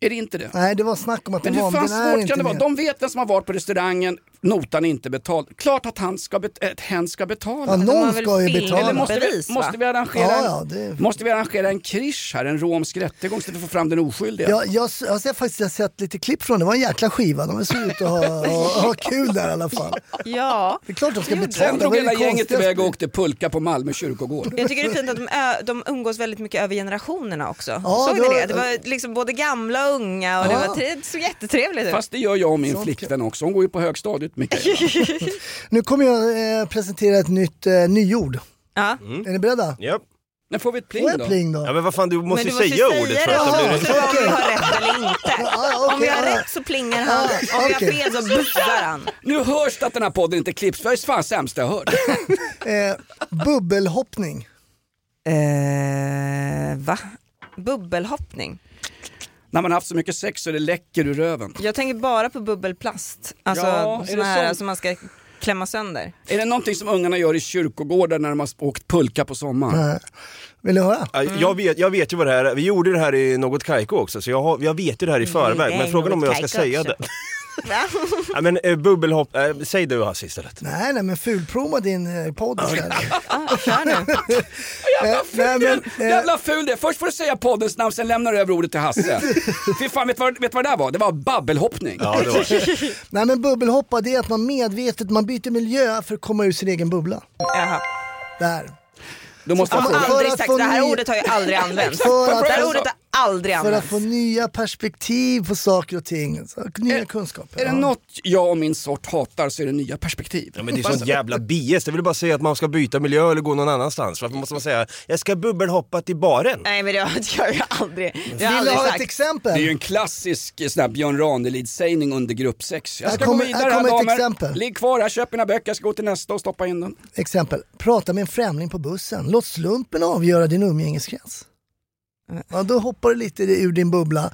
Är det inte det? nej, det var snack om att Men den var, hur men fan den är svårt inte kan det vara? med. De vet vem som har varit på restaurangen notan inte betald. Klart att han ska, bet- att hen ska betala. Ja, de har någon väl ska ju film- betala. Eller måste, Bevis, vi, va? måste, vi arrangera Ja, en, ja, det- måste vi arrangera en krisch här, en romsk rättegång så att vi får fram den oskyldiga? Ja, jag, s- alltså, jag har sett- faktiskt jag har sett lite klipp från det. det var en jäkla skiva. De ser ut att ha, ha, ha kul där i alla fall. Ja. Det är klart de ska betala. Sen drog Vad är det hela gänget konstigaste? iväg och åkte pulka på Malmö kyrkogård. Jag tycker det är fint att de, ö- de umgås väldigt mycket över generationerna också. Ja, Såg det var- ni det? Det var liksom både gamla och unga och det, Ja. var, det såg jättetrevligt ut. Fast det gör jag och min flickvän också. Hon går ju på högstadiet, Mikaela. Nu kommer jag eh, presentera ett nytt eh, nyord. Ja. Mm. Är ni beredda? Ja. När får vi ett Mm. pling Får jag då? pling ja då? men vad fan du måste Men ju du måste säga ordet för att det det. blir också, om vi har rätt eller inte. ja, okej, om vi har ja. rätt så plingar han, Ja, om vi har okej. fel så bussar han. Nu hörs det att den här podden inte klipps, för jag är fan sämst jag hört. Eh, bubbelhoppning. Eh, va? Bubbelhoppning. När man har haft så mycket sex så det läcker ur röven. Jag tänker bara på bubbelplast. Alltså Ja, är det sådana här sånt? som man ska klämma sönder. Är det någonting som ungarna gör i kyrkogårdar när de har åkt pulka på sommaren? Eh, Vill ni höra? Ja, Jag vet, jag vet ju vad det här är, vi gjorde det här i något kajko också så jag, har, jag vet ju det här i förväg men frågan är om jag ska säga det. Ja, men eh, bubbelhopp, eh, säg du Hasse istället. Nej, nej men fulproma din eh, podd istället. Ah, kör nu. Eh, nej, men, eh, Jävla ful det Först får du säga poddens namn, sen lämnar du över ordet till Hasse. Fy fan, vet du vad, vet du vad det där var? Det var babbelhoppning. Ja, det var det. nej men bubbelhoppa det är att man medvetet man byter miljö för att komma ur sin egen bubbla. Jaha. Där. Då måste jag Alltså, För Har fråga. aldrig att sagt, få det här ny- ordet har ju aldrig använts. För att- det här ordet har aldrig För att använts. få nya perspektiv på saker och ting. Så, nya kunskaper. Är det ja. något jag och min sort hatar så är det nya perspektiv. Ja, men det är sånt jävla bias, det vill bara säga att man ska byta miljö eller gå någon annanstans. Varför måste man säga jag ska bubbelhoppa till baren? Nej men det har det har jag aldrig, det har jag Vill du aldrig ha ett sagt. exempel? Det är ju en klassisk eh, sån här Björn Ranelid-sägning under gruppsex. Jag Här ska kommer- gå här vidare här kommer ett damer. exempel. Ligg kvar här, köp mina böcker, jag ska gå till nästa och stoppa in den. Exempel, prata med en främling på bussen. Låt slumpen avgöra din umgängeskrets. Ja, då hoppar du lite ur din bubbla.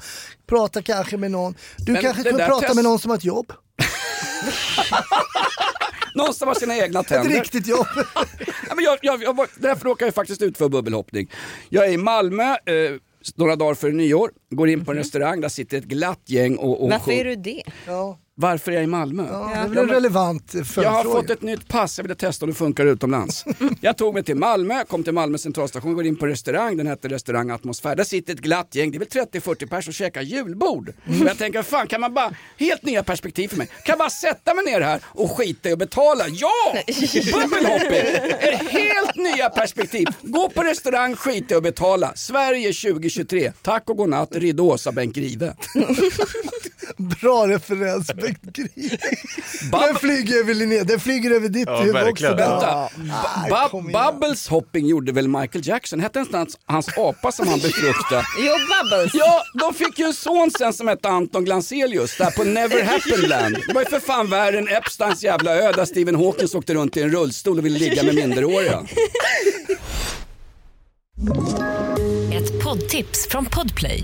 Prata kanske med någon. Du Men kanske det kunde där prata test- med någon som har ett jobb. Någon som har sina egna Ett tänder. riktigt jobb. Ja, men jag, jag, jag, var- därför råkar jag faktiskt ut för bubbelhoppning. Jag är i Malmö eh, några dagar före nyår, går in på en restaurang, där sitter ett glatt gäng och, och Varför sjung- är du det? Ja, Varför är jag i Malmö? ja, det är väl en relevant eh, Jag har följdfråga. fått ett nytt pass, jag ville testa om det funkar utomlands. Jag tog mig till Malmö, kom till Malmö centralstation, går in på en restaurang, den hette restaurang Atmosfär. Där sitter ett glatt gäng, det är väl 30-40 pers och käkar julbord. Och jag tänker, fan kan man bara, helt nya perspektiv för mig, kan jag bara sätta mig ner här och skita i att betala? Ja! Bubbelhopping! Ett Helt nya perspektiv. Gå på restaurang, skita i att betala. Sverige 2023. Tack och godnatt, ridå Åsa Bengt Grive. Bra referens Bengt Grive. Den flyger över Linnea, den flyger över ditt Ja, huvud verkligen. också. Vänta. Ja. Ba- Nej, ba- kom igen. Bubbles hopping gjorde väl Michael Jackson? Hette inte hans, hans apa som han befruktade? Jo Bubbles. Ja, de fick ju en son sen som hette Anton Glanzelius där på Never Happened Land. Det var ju för fan värre än Epsteins jävla ö där Stephen Hawking åkte runt i en rullstol och ville ligga med minderåriga. Ett poddtips från Podplay.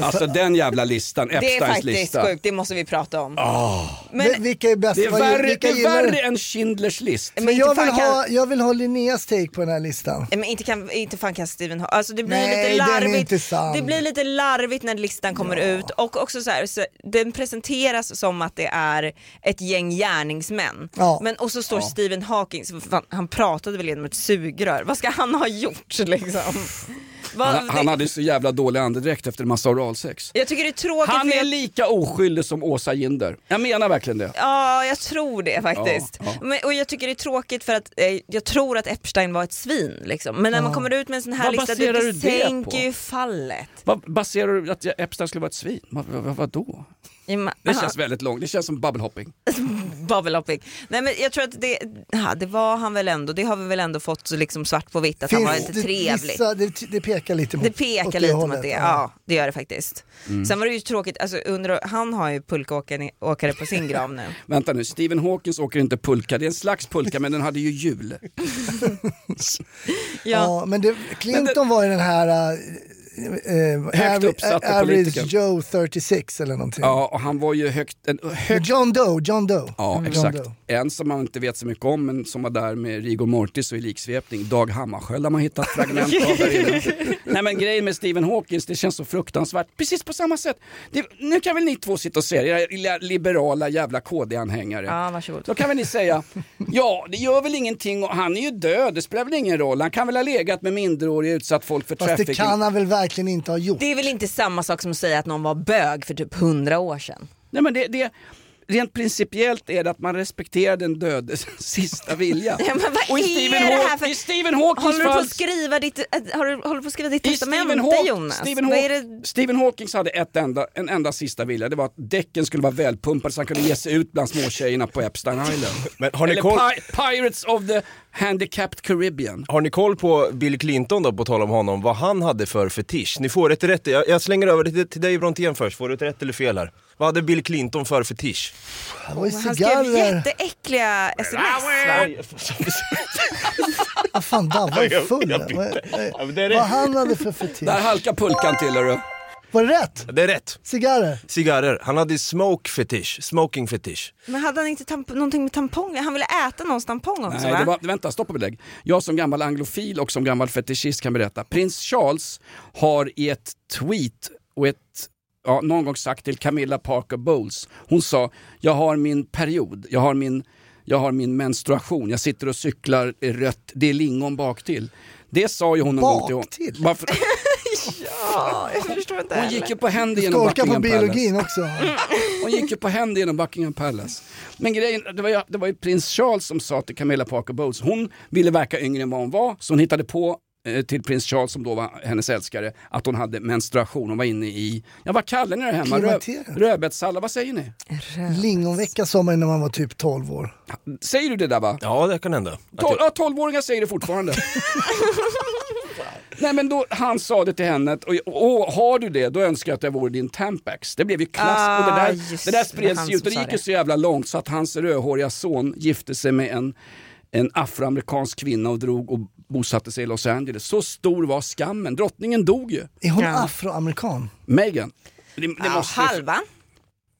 Alltså den jävla listan, Det är Epsteins faktiskt lista. sjukt, det måste vi prata om. Ah. Men, Men, vilka är bäst? Det är Vad gör- värre, det vilka är gillar du? värre än Schindlers list. men, Men inte jag vill, fan kan, ha, jag vill ha Linneas take på den här listan. men inte, kan, inte fan kan Steven ha, alltså det blir Nej, lite den är larvigt. inte sann. Det blir lite larvigt när listan kommer ut och också så här, så den presenteras som att det är ett gäng gärningsmän. Ja. Men, och så står Stephen Hawking, så fan, han pratade väl genom ett sugrör, vad ska han ha gjort liksom? Vad- Han, han det- hade så jävla dålig andedräkt efter en massa oralsex. jag tycker det är tråkigt Han för är jag- lika oskyldig som Åsa Ginder. Jag menar verkligen det. Ja, jag tror det faktiskt. Ja, ja. Men, och jag tycker det är tråkigt för att eh, jag tror att Epstein var ett svin. Liksom. Men när man kommer ut med en sån här Vad lista, det, baserar det, du det sänker på? ju fallet. Vad baserar du att jag- Epstein skulle vara ett svin? Vad, vad, vad då? I ma- Det aha. känns väldigt långt, det känns som bubble hopping. Bubble hopping. Nej men jag tror att det, ja, det var han väl ändå, det har vi väl ändå fått så liksom svart på vitt att han var inte det trevlig. vissa- det, det pekar lite mot Det pekar åt det lite hållet, mot det, ja det gör det faktiskt. Mm. Sen var det ju tråkigt, alltså, undrar, han har ju pulkaåkare åkare på sin grav nu. Vänta nu, Stephen Hawkins åker inte pulka, det är en slags pulka men den hade ju hjul. Ja. Ja. men det, Clinton var ju den här eh, eh, Högt aver- uppsatta Average politiker. Joe 36 eller någonting. Ja, och han var ju högt, en, högt John Doe, John Doe. Ja, John exakt. Doe. En som man inte vet så mycket om, men som var där med rigor mortis och i liksvepning, Dag Hammarskjöld har man hittat fragment av där inne. Nej men grejen med Stephen Hawkins, det känns så fruktansvärt. Precis på samma sätt. Det, nu kan väl ni två sitta och säga, era lilla liberala jävla KD-anhängare. Ja, varsågod. Då kan väl ni säga, ja det gör väl ingenting och han är ju död, det spelar väl ingen roll. Han kan väl ha legat med minderåriga utsatt folk för Fast det trafficking. kan han väl verkligen inte ha gjort. Det är väl inte samma sak som att säga att någon var bög för typ hundra år sedan. Nej, men det, det, rent principiellt är det att man respekterar den dödes sista vilja. Ja, men vad och är i Stephen, det här Haw- för- i Stephen Hawkins Håller du på fall- att skriva ditt, äh, har du, håller du på att skriva ditt i Stephen, testamente Haw- Jonas? Stephen, Vad Haw- är det? Stephen Hawkins hade ett enda, en enda sista vilja, det var att däcken skulle vara välpumpade så han kunde ge sig ut bland småtjejerna på Epstein Island. Men har ni Eller koll- Pi- Pirates of the Handicapped Caribbean. Har ni koll på Bill Clinton då, på tal om honom, vad han hade för fetisch? Ni får ett rätt, jag, jag slänger över det till- till dig Brontén först, får du ett rätt eller fel här? Vad hade Bill Clinton för fetisch? Det var ju Han skrev cigarrer. jätteäckliga sms va? Ah, fan, Dan var ju full. Jag bytte. Vad- Ja, men det är det. Vad han hade för fetisch. Där halkar pulkan till hörru. Var det rätt? Det är rätt! Cigarrer? Cigarrer. Han hade smoke fetish, smoking fetish. Men hade han inte tamp- någonting med tamponger? Han ville äta någons tampong också Nej, va? det var, vänta, stopp och belägg. Jag som gammal anglofil och som gammal fetischist kan berätta. Prins Charles har i ett tweet och ett Ja, någon gång sagt till Camilla Parker Bowles. Hon sa, jag har min period, jag har min, jag har min menstruation, jag sitter och cyklar i rött, det är lingon bak till. Det sa ju hon någon gång till hon. Baktill? Varför? Ja, jag förstår inte Hon heller. gick ju på händer genom Skolka på Buckingham Palace. biologin också. Mm. Hon gick ju på händer genom Buckingham Palace. Men grejen, det var, ju, det var ju prins Charles som sa till Camilla Parker Bowles, hon ville verka yngre än vad hon var, så hon hittade på eh, till prins Charles som då var hennes älskare, att hon hade menstruation, hon var inne i, ja vad kallar ni det hemma? Röd, Klimakteriet. rödbetssallad, vad säger ni? Lingonvecka sa man ju när man var typ 12 år. Säger du det där va? Ja, det kan hända. Att Tol- jag- ja, 12-åringar säger det fortfarande. Nej men då, han sa det till henne, att, och, och, har du det då önskar jag att jag vore din Tampax. Det blev ju klass Ah, och det där, just det, det där det var spreds han ju ut och som det sa gick det. ju så jävla långt så att hans rödhåriga son gifte sig med en, en afroamerikansk kvinna och drog och bosatte sig i Los Angeles. Så stor var skammen, drottningen dog ju. Är hon Ja. afroamerikan? Meghan. Det, det Ja, måste ju- halva.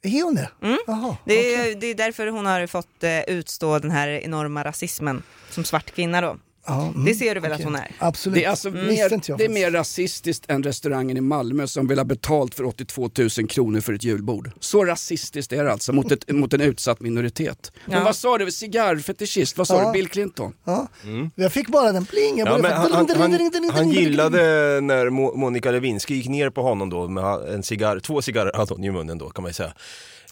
Är hon det? Jaha. Mm. Det är, det är därför hon har fått eh, utstå den här enorma rasismen som svart kvinna då. Ja, mm. Det ser du väl att hon är? Absolut. Det är, alltså Visste inte mer, jag det är faktiskt. mer rasistiskt än restaurangen i Malmö som vill ha betalt för 82 000 kronor för ett julbord. Så rasistiskt är det alltså mot, ett, mot en utsatt minoritet. Men Ja. vad sa du, cigarrfetischist, vad sa Ja. du, Bill Clinton? Ja. Jag fick bara den pling. Mm. Jag Ja, men började han, fatta- han, han, han gillade när Mo- Monica Lewinsky gick ner på honom då med ha- en cigarr, två cigarrer hade hon i munnen då kan man ju säga.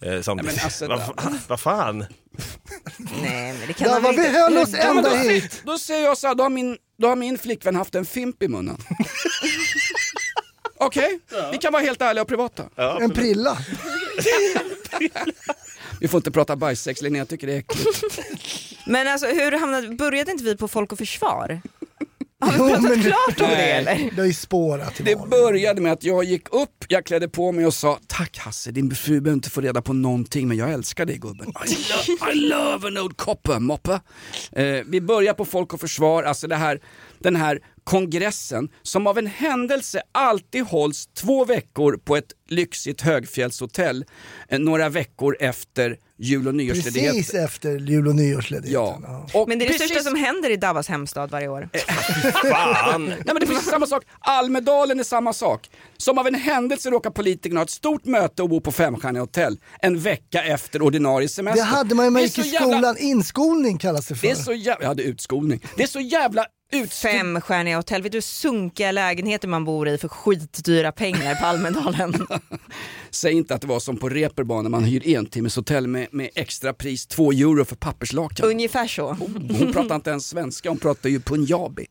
Eh, samtidigt. men alltså, Vad fa- vad fan? Nej, men det kan Ja, han väl vad vi inte. höll oss Ja, men ända då, hit. då säger jag så här, då har min, då har min flickvän haft en fimp i munnen. Okej, vi kan vara helt ärliga och privata. En prilla. Vi får inte prata bajssex, Linnea tycker det är äckligt. Men alltså hur hamnade, började inte vi på Folk och Försvar? Har vi Jo, pratat men- klart om det Nej. eller? Det har ju spårat i Det morgon. började med att jag gick upp, jag klädde på mig och sa Tack Hasse, din fru behöver inte få reda på någonting men jag älskar dig gubben. I, lo- I love an old copper, moppe. Eh, vi börjar på Folk och Försvar, alltså det här, den här kongressen som av en händelse alltid hålls två veckor på ett lyxigt högfjällshotell eh, några veckor efter jul och nyårsledighet. Precis efter jul och nyårsledigheten. Ja. Och Men det är det precis- Eh, största som händer i Davas hemstad varje år. Fan! Nej men det är precis samma sak. Almedalen är samma sak. Som av en händelse råkar politikerna ha ett stort möte och bo på femstjärniga hotell en vecka efter ordinarie semester. Det hade man ju när man Det är gick i så jävla- skolan. Inskolning kallas det för. Det är så jävla... Jag hade utskolning. Det är så jävla ut... Femstjärniga hotell, vet du hur sunkiga lägenheter man bor i för skitdyra pengar på Almedalen? Säg inte att det var som på Reeperbahn när man hyr entimmeshotell med, med extra pris, två euro för papperslakan. Ungefär så. Hon pratar inte ens svenska, hon pratar ju punjabi.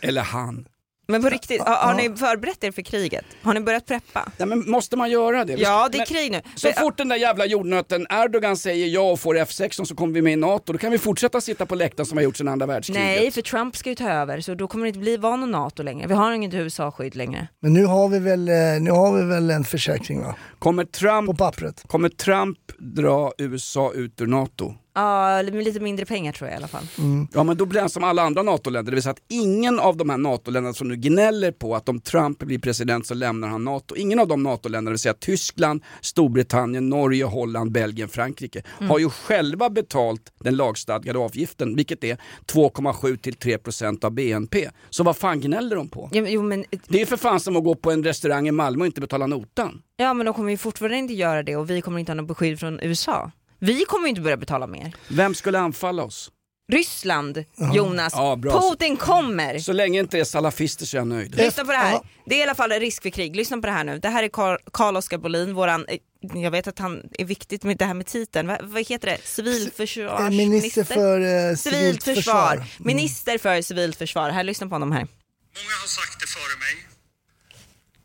Eller han. Men på riktigt, har, har ni förberett er för kriget? Har ni börjat preppa? Ja, men måste man göra det? Vi Ja, ska- det är men- krig nu. Så Men- fort den där jävla jordnöten Erdogan säger ja och får F16 så kommer vi med i NATO, då kan vi fortsätta sitta på läktaren som vi har gjort sedan andra världskriget. Nej, för Trump ska ju ta över så då kommer det inte bli vara någon NATO längre. Vi har inget USA-skydd längre. Men nu har vi väl, eh, nu har vi väl en försäkring va? Kommer, På Trump, pappret. kommer Trump dra USA ut ur NATO? Ja, med lite mindre pengar tror jag i alla fall. Mm. Ja men då blir han som alla andra NATO-länder, det vill säga att ingen av de här NATO-länderna som nu gnäller på att om Trump blir president så lämnar han NATO, ingen av de NATO-länderna, det vill säga Tyskland, Storbritannien, Norge, Holland, Belgien, Frankrike, har ju själva betalt den lagstadgade avgiften, vilket är 2,7 till 3% av BNP. Så vad fan gnäller de på? Jo, jo, men, Det är för fan som att gå på en restaurang i Malmö och inte betala notan. ja, men de kommer ju fortfarande inte göra det och vi kommer inte ha något beskydd från USA. Vi kommer ju inte börja betala mer. Vem skulle anfalla oss? Ryssland, Jonas. Ja, bra. Putin kommer! Så länge inte det är salafister så är jag nöjd. Lyssna på det här. Det är i alla fall en risk för krig. Lyssna på det här nu. Det här är Carl- Carl-Oskar Bolin, våran, eh, jag vet att han är viktigt med det här med titeln. Va, vad heter det? Eh, Minister Civilförsvarsminister? för Mm. eh, civilt försvar. Minister för civilt försvar. Här, lyssna på honom här. Många har sagt det före mig.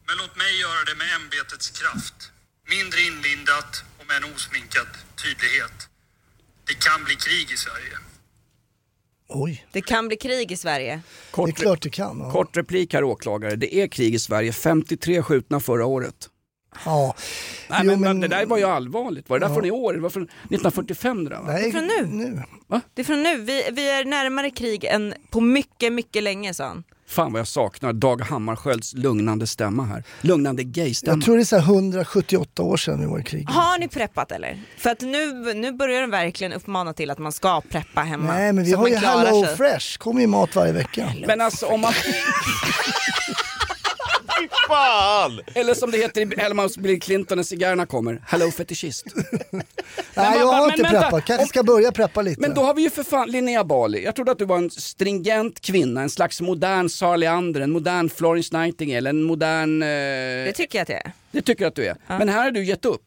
Men låt mig göra det med ämbetets kraft. Mindre inlindat och med en osminkad tydlighet. Det kan bli krig i Sverige. Oj, Det kan bli krig i Sverige. det är klart det kan. Ja. Kort replik här åklagare, det är krig i Sverige, 53 skjutna förra året. Ja. Nej, Jo, men, men- det där var ju allvarligt, var det där från i år? Det var från 1945 det där va? Nej, Från nu? nu. Det är från nu. Vi, vi är närmare krig än på mycket, mycket länge, sa han. Fan vad jag saknar Dag Hammarskjölds lugnande stämma här. Lugnande Jag gay-stämma. tror det är så här 178 år sedan vi var i krig. Har ni preppat eller? För att nu, nu börjar de verkligen uppmana till att man ska preppa hemma. Nej men vi så att har man ju klarar Hello sig. Fresh, kommer ju mat varje vecka. Men alltså om man... Fan! Eller som det heter i Helma hos Bill Clinton när cigarrerna kommer, Hello fetishist. Nej man jag bara- har men inte vänta, preppat, kanske om- ska börja preppa lite. Men då har vi ju för fan Linnea Bali. Jag trodde att du var en stringent kvinna, en slags modern Sara Leander, en modern Florence Nightingale, en modern... Eh... Det tycker jag att det är. Det tycker jag att du är. Men här har du gett upp.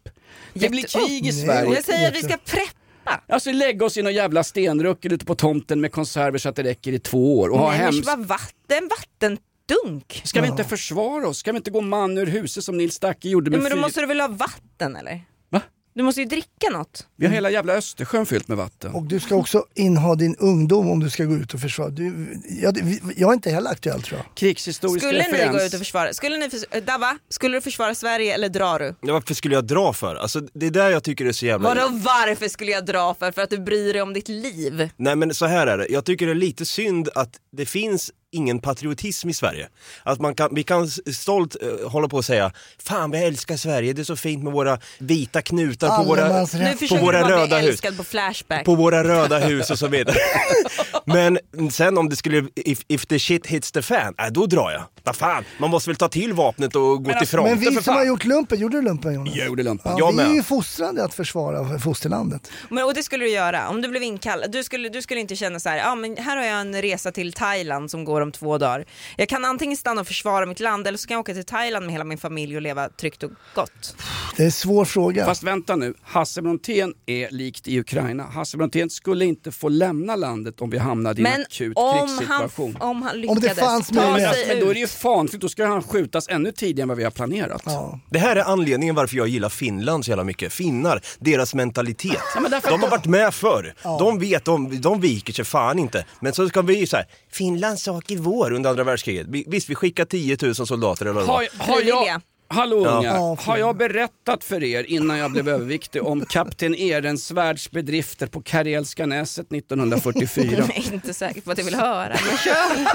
Det Gett blir upp? krig i Nej. Sverige. Jag säger att vi ska preppa. Alltså lägga oss i någon jävla stenruckel ute på tomten med konserver så att det räcker i två år och ha Nej, men hems... bara vatten, vattendunk. Ska vi inte försvara oss? Ska vi inte gå man ur huset som Nils Dacke Ja, gjorde med men då fyr- måste du väl ha vatten eller? Va? Du måste ju dricka något. Vi har hela jävla Östersjön fyllt med vatten. Och du ska också inneha din ungdom om du ska gå ut och försvara. Du, jag, jag är inte heller aktuell tror jag. Krigshistorisk Skulle ni referens. gå ut och försvara, skulle ni, förs- eh, Dava, skulle du försvara Sverige eller drar du? Ja, Varför skulle jag dra för? Alltså det är där jag tycker det är så jävla... Vadå varför skulle jag dra för? För att du bryr dig om ditt liv? Nej men så här är det, jag tycker det är lite synd att det finns ingen patriotism i Sverige. Att man kan, vi kan s- stolt eh, hålla på och säga Fan vi älskar Sverige, det är så fint med våra vita knutar på våra, Allemansrätt. Nu försöker våra du bara bli röda hus. älskad på Flashback. på våra röda hus och så vidare. men sen om det skulle, if, if the shit hits the fan, äh, då drar jag. Vad fan, man måste väl ta till vapnet och gå till fronten Men vi för som fan. har gjort lumpen, gjorde du lumpen Jonas? Jag gjorde lumpen. Ja, jag vi med. är ju fostrade att försvara fosterlandet. Men, och det skulle du göra om du blev inkallad. Du skulle, du skulle inte känna så här, ah, men här har jag en resa till Thailand som går om två dagar. Jag kan antingen stanna och försvara mitt land eller så kan jag åka till Thailand med hela min familj och leva tryggt och gott. Det är en svår fråga. Fast vänta nu, Hasse Brontén är likt i Ukraina. Hasse Brontén skulle inte få lämna landet om vi hamnade i en Men akut om han, krigssituation. om han Om det lyckades fanns ta möjlighet. sig Men då är ut. det ju fanfyllt, då ska han skjutas ännu tidigare än vad vi har planerat. Ja. Det här är anledningen varför jag gillar Finland så jävla mycket. Finnar, deras mentalitet. de har varit med förr. De vet, de, de viker sig fan inte. Men så ska vi ju såhär, Finlands sak i vår under andra världskriget. Vi, visst, vi skickar 10 000 soldater eller vad det var. Har, har jag, Frivilliga. hallå unga, Ja, har jag berättat för er innan jag blev överviktig om kapten Ehrensvärds bedrifter på Karelska näset 1944? Jag är inte säker på att jag vill höra. Men kör.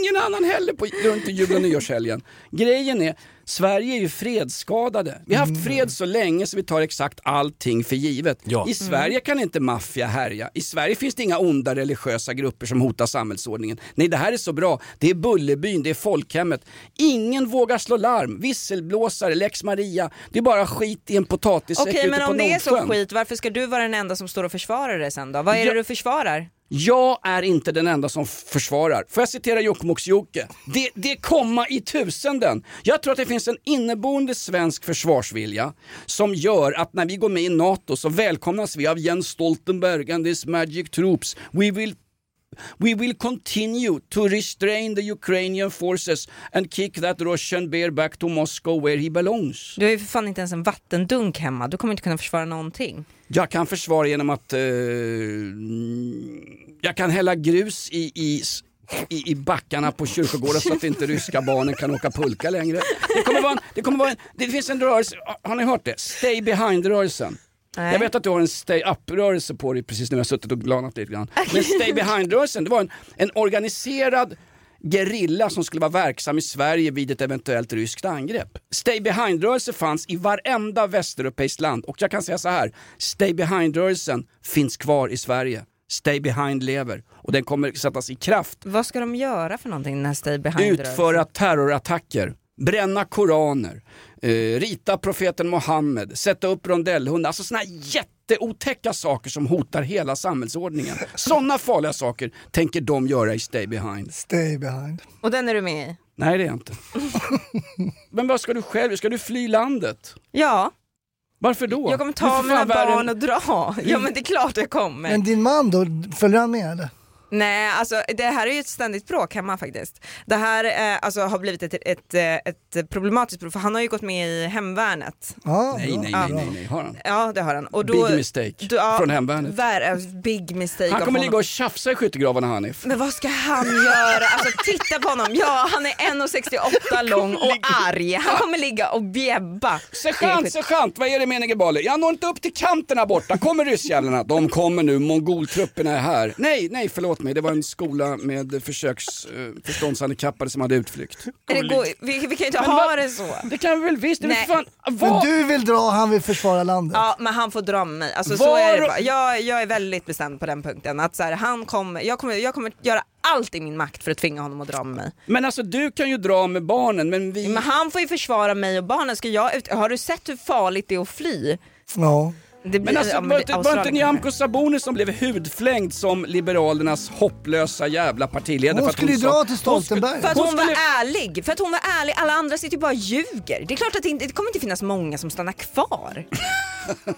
Ingen annan heller på runt jul och nyårshelgen. Grejen är, Sverige är ju fredsskadade. Vi har haft fred så länge så vi tar exakt allting för givet. Ja. I Sverige kan inte maffia härja. I Sverige finns det inga onda religiösa grupper som hotar samhällsordningen. Nej, det här är så bra. Det är Bullerbyn, det är folkhemmet. Ingen vågar slå larm. Visselblåsare, lex Maria. Det är bara skit i en potatissäck Okej ute men på om det är så Nordsjön. skit, varför ska du vara den enda som står och försvarar det sen då? Vad är Ja. det du försvarar? Jag är inte den enda som försvarar. Får jag citera Jokkmokks-Jokke? Det, det komma i tusenden. Jag tror att det finns en inneboende svensk försvarsvilja som gör att när vi går med i NATO så välkomnas vi av Jens Stoltenberg and his magic troops. We will We will continue to restrain the Ukrainian forces and kick that Russian bear back to Moscow where he belongs. Du har ju för fan inte ens en vattendunk hemma, du kommer inte kunna försvara någonting. Jag kan försvara genom att eh, jag kan hälla grus i, i, i, i backarna på kyrkogården så att inte ryska barnen kan åka pulka längre. Det, kommer vara en, det, kommer vara en, det finns en rörelse, har ni hört det? Stay behind-rörelsen. Nej. Jag vet att du har en stay up-rörelse på dig precis nu, jag har suttit och glanat lite grann. Men stay behind-rörelsen, det var en, en organiserad gerilla som skulle vara verksam i Sverige vid ett eventuellt ryskt angrepp. Stay behind-rörelse fanns i varenda västeuropeiskt land och jag kan säga så här, stay behind-rörelsen finns kvar i Sverige. Stay behind lever och den kommer sättas i kraft Vad ska de göra för någonting när Stay behind utföra terrorattacker, bränna koraner, eh, rita profeten Mohammed, sätta upp rondellhundar, alltså sådana jätteotäcka saker som hotar hela samhällsordningen. Sådana farliga saker tänker de göra i Stay Behind. Stay behind. Och den är du med i? Nej det är jag inte. Men vad ska du själv, ska du fly landet? Ja, Varför då? jag kommer Du är ta för mina fan värre barn än- och dra. Ja men det är klart jag kommer. Men din man då, följer han med eller? Nej, alltså det här är ju ett ständigt bråk hemma faktiskt. Det här eh, alltså, har blivit ett, ett, eh, ett problematiskt bråk för han har ju gått med i hemvärnet. Ja, Nej, bra. nej, nej, nej, nej, har han? Ja det har han. Och Big mistake från hemvärnet. Vär, eh, big mistake Han av kommer honom. ligga och tjafsa i skyttegravarna Hanif. Men vad ska han göra? Alltså titta på honom. Ja, han är 1,68 lång och arg. Han kommer ligga och bjäbba. Sergeant, sergeant, vad är det meningen Bali? Jag når inte upp till kanten här borta. Kommer ryssjävlarna? De kommer nu, mongoltrupperna är här. Nej, nej, förlåt mig. Det var en skola med försöks, eh, förståndshandikappade som hade utflykt. Det går, vi, vi kan ju inte Men ha vad- det så. Det kan vi väl visst? Det är Nej. väl fan, Men vad? du vill dra, han vill försvara landet. Ja, men han får dra med mig. Alltså, så Var- är det bara. Jag, jag är väldigt bestämd på den punkten. Att så här, han kommer, jag, kommer, jag kommer göra allt i min makt för att tvinga honom att dra med mig. Men alltså du kan ju dra med barnen, men vi... Men han får ju försvara mig och barnen. Ska jag ut... Har du sett hur farligt det är att fly? Ja. Det blir, Men alltså, ja, var, det- inte- var inte Australien Nyamko Sabuni som blev hudflängd som Liberalernas hopplösa jävla partiledare? Hon för att skulle ju sa- dra till Hon skulle- Stoltenberg. För att hon, Hon skulle- var ärlig. För att hon var ärlig. Alla andra sitter ju bara och ljuger. Det är klart att det, inte, det kommer inte finnas många som stannar kvar.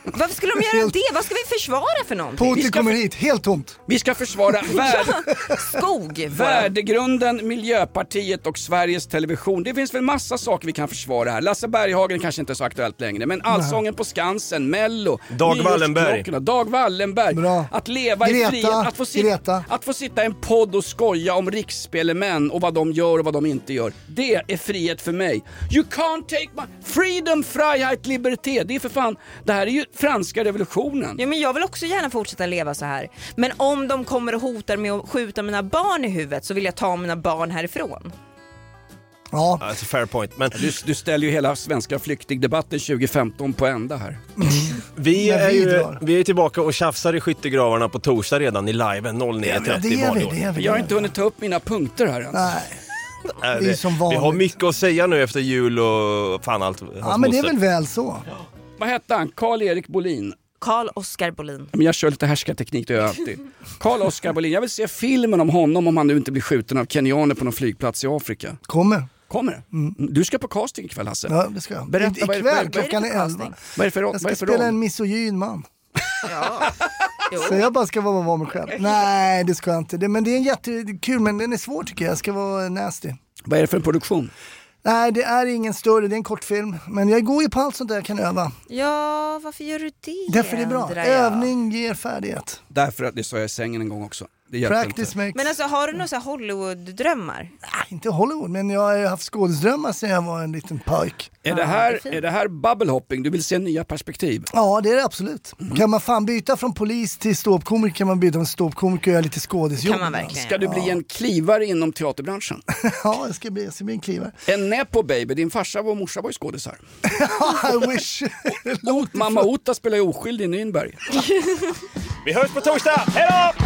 Varför skulle de göra det? Vad ska vi försvara för någonting? Putin kommer hit, helt tomt. Vi ska försvara världen. Skog. Värdegrunden, Miljöpartiet och Sveriges Television. Det finns väl massa saker vi kan försvara här. Lasse Berghagen kanske inte är så aktuellt längre, men Allsången på Skansen, Mello, Dag Wallenberg. Nyårsklockorna, Dag Wallenberg. Bra. Att leva i Greta, frihet, att få, sit- Greta. att få sitta i en podd och skoja om riksspelmän och vad de gör och vad de inte gör. Det är frihet för mig. You can't take my... Freedom, Freiheit, Liberté. Det är för fan... Det här är ju franska revolutionen. Ja, men jag vill också gärna fortsätta leva så här. Men om de kommer och hotar med att skjuta mina barn i huvudet så vill jag ta mina barn härifrån. Ja, Alltså fair point. Men Du, du ställer ju hela svenska flyktingdebatten 2015 på ända här. vi Men är vi ju drar. vi är tillbaka och tjafsar i skyttegravarna på torsdag redan i liven 09.30 det är vi, vanlig det är vi. Jag har inte hunnit ta upp mina punkter här än. Nej. Nej, Det är som Vi vanligt. har mycket att säga nu efter jul och fan allt. hans Ja men det är moster. väl väl så. Vad hette han? Karl-Erik Bolin. Karl Oskar Bolin. Men jag kör lite härskarteknik, det gör jag alltid. Karl-Oskar Bolin. Jag vill se filmen om honom om han nu inte blir skjuten av kenyaner på någon flygplats i Afrika. Kommer. Kommer det? Du ska på casting ikväll Hasse. Mm. Ja det ska jag. Berätta, I- vad är det- vad är Ikväll det- klockan vad är det för är elva. casting? Vad är det för, Jag vad är ska det för spela en roll? misogyn man. Ja. Jo. Så jag bara ska vara vara mig själv. Nej det ska jag inte. Det, men det är en jättekul men den är svår tycker jag. Jag ska vara nasty. Vad är det för en produktion? Nej det är ingen större, det är en kortfilm. Men jag går ju på allt sånt där jag kan öva. ja, varför gör du det? Därför är det bra. undrar jag? Övning ger färdighet. Därför att, det sa jag i sängen en gång också. Det hjälpte Practice inte. makes... Men alltså har du några så här Hollywood-drömmar? Nej, inte Hollywood men jag har ju haft skådisdrömmar sedan jag var en liten pojk. Är det det är här, fint. är det här bubble hopping? Du vill se nya perspektiv? Ja det är det absolut. Mm. Kan man fan byta från polis till ståuppkomiker kan man byta från ståuppkomiker och göra lite skådisjobb. Kan man verkligen? Ska du bli en klivare inom teaterbranschen? Ja, jag ska bli, jag ska bli en klivare. En Nepo baby, din farsa och morsa var ju skådisar. I wish. Mamma Ota spelar ju oskyldig i Nürnberg. Vi hörs på torsdag! Hej då!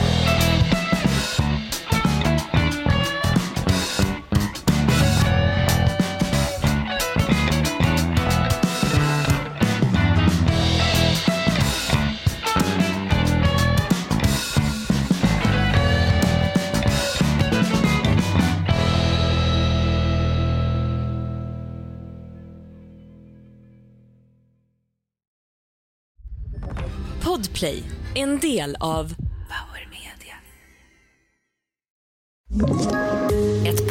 Podplay, en del av Power Media. Ett